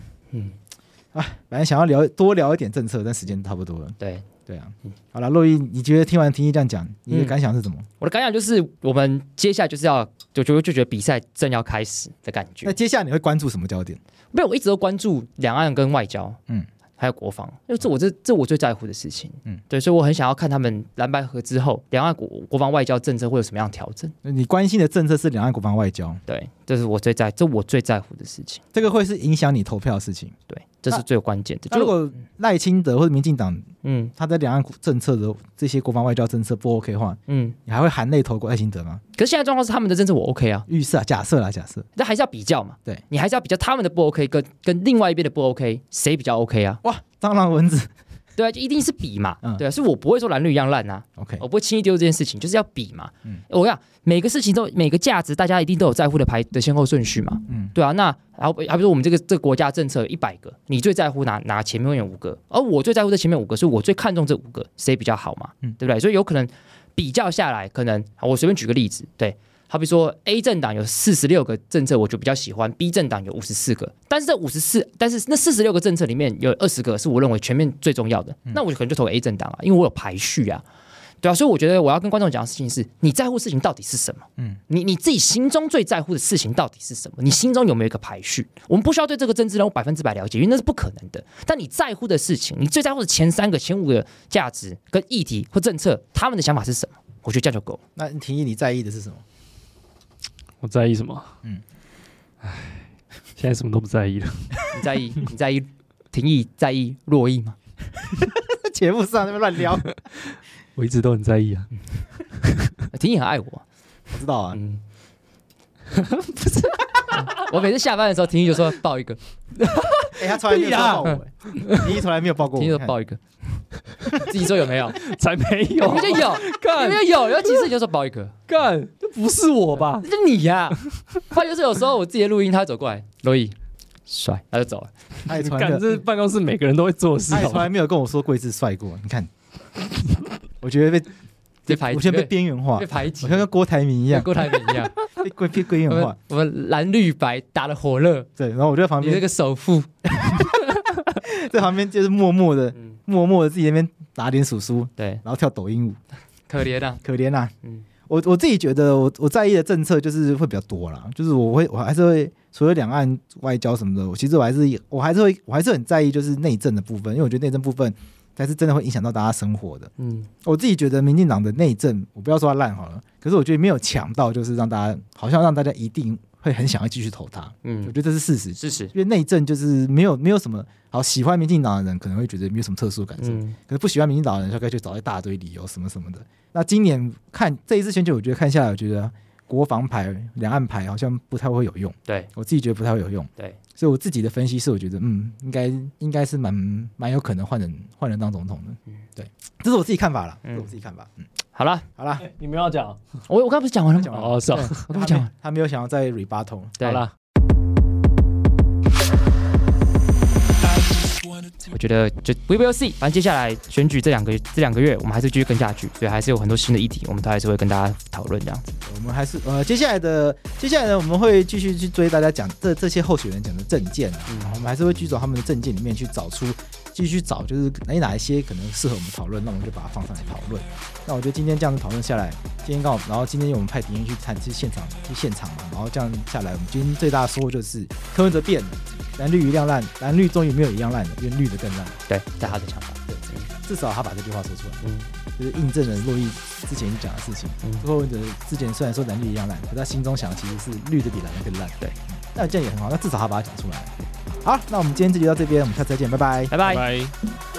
本来想要聊多聊一点政策，但时间差不多了。
对，
对啊，好了，洛伊，你觉得听完婷一这样讲，你的感想是什么？
我的感想就是，我们接下来就是要就就就觉得比赛正要开始的感觉
那。接下来你会关注什么焦点？
没有，我一直都关注两岸跟外交，
嗯
嗯，还有国防，因为这我这这我最在乎的事情，
嗯
嗯，对，所以我很想要看他们蓝白合之后，两岸国国防外交政策会有什么样的调整。
你关心的政策是两岸国防外交，
对，这是我最在这我最在乎的事情。
这个会是影响你投票的事情。
对，这是最关键的。
那
就
如
是
果赖清德或者民进党
嗯
他在两岸政策的这些国防外交政策不 OK 的话，
嗯，
你还会含泪投过赖清德吗？
可是现在状况是他们的政策我 OK 啊，
预设啊，假设啦，假设。
但还是要比较嘛。
对，
你还是要比较他们的不 OK 跟跟另外一边的不 OK，谁比较 OK 啊？
哇，蟑螂蚊子
对啊，就一定是比嘛。
嗯
对啊，所以我不会说蓝绿一样烂啊，
，OK，
我不会轻易丢这件事情，就是要比嘛。
嗯
我跟你讲每个事情都每个价值，大家一定都有在乎的排的先后顺序嘛。
嗯
对啊，那好比好比说我们这个这个国家政策一百个，你最在乎哪哪前面有五个，而我最在乎这前面五个，所以我最看重这五个谁比较好嘛，
嗯
对不对？所以有可能比较下来，可能好我随便举个例子，对。好比说，A 政党有四十六个政策，我就比较喜欢；B 政党有五十四个，但是这五十四，但是那四十六个政策
嗯
里面有二十个是我认为全面最重要的，那我可能就投 A 政党啊，因为我有排序啊。对啊，所以我觉得我要跟观众讲的事情是，你在乎事情到底是什么？嗯
嗯，
你你自己心中最在乎的事情到底是什么？你心中有没有一个排序？我们不需要对这个政治人物百分之百了解，因为那是不可能的。但你在乎的事情，你最在乎的前三个、前五个价值跟议题或政策，他们的想法是什么？我觉得这样就够了。
那婷宜，你在意的是什么？
我在意什么？嗯
嗯，
唉，现在什么都不在意了。
你在意？你在意？廷义在意洛邑吗？
节目上那边乱 聊，
我一直都很在 意啊。
廷义很爱我，
我知道啊。
嗯，不 是，我每次下班的时候，廷义就说抱一个，
哎、他从来没有抱过我、 欸，你从来没有抱过我。
廷义
你
说
看
抱一个， 自己说有没有？
才没
有
有，
就有，
干
因为有，有几次你就说抱一个，
干，这不是我吧？
那是你呀、 他就是有时候我自己的录音，他走过来，罗毅帅，他就走了。
他也从来没
干，
有，
这办公室每个人都会做的事
他 也
好
从
吗？
来没有跟我说过一次帅过。你 看，我觉得被
被排挤
我觉得被边缘化
被，排挤
我，像跟郭台铭一
跟
样，
郭台铭一样，
被被被边
我
缘 化
们。我们蓝绿白打的火热，
对，然后我就在旁
你这
边，
个首富，
在旁边就是默默的、
嗯，
默默的自己在那边打点数书，
对，
然后跳抖音舞，
可怜啊，
可怜啊。
嗯
我我自己觉得我，我在意的政策就是会比较多啦，就是我会我还是会除了两岸外交什么的，我其实我还是我还是会我还是很在意就是内政的部分，因为我觉得内政部分才是真的会影响到大家生活的。
嗯，
我自己觉得民进党的内政，我不要说它烂好了，可是我觉得没有强到就是让大家好像让大家一定会很想要继续投他，我
嗯
觉，得这是事实。
事实，
因为内政就是没有没有什么好喜欢民进党的人可能会觉得没有什么特殊感受，
嗯，
可是不喜欢民进党的人，大概就找一大堆理由什么什么的。那今年看这一次选举，我觉得看下来，我觉得国防牌、两岸牌好像不太会有用，
对
我自己觉得不太会有用。
对，
所以我自己的分析是，我觉得嗯，应该应该是蛮蛮有可能换人换人当总统的。
嗯
对，这是我自己看法啦，这是我自己看法。嗯，
好了，
好啦，
你们要讲
我我刚刚不是讲完了
讲
吗？
完
哦，是啊，
我刚不是讲完
他没，他没有想要再 rebuttal。
对
好啦，
我觉得就 we will see，反正接下来选举这两个这两个月，我们还是继续跟下去，所以还是有很多新的议题，我们都还是会跟大家讨论这样子。
我们还是呃，接下来的接下来呢，我们会继续去追大家讲这这些候选人讲的证件啊，我们还是会去找他们的证件里面去找出，继续找就是哎哪一些可能适合我们讨论，那我们就把它放上来讨论。那我觉得今天这样子讨论下来，今天刚好，然后今天我们派敌人去参去现场去现场嘛，然后这样下来，我们今天最大的收获就是柯文哲变了，蓝绿一样烂，蓝绿终于没有一样烂的，因为绿的更烂，
对，在他的想法，对，
至少他把这句话说出来。
嗯
就是印证了洛伊之前讲的事情。
嗯
最后文哲之前虽然说蓝绿一样烂，可他心中想的其实是绿的比蓝的更烂。对，那这样也很好，那至少他把它讲出来。好，那我们今天这集到这边，我们下次再见，拜拜。
拜拜。
拜。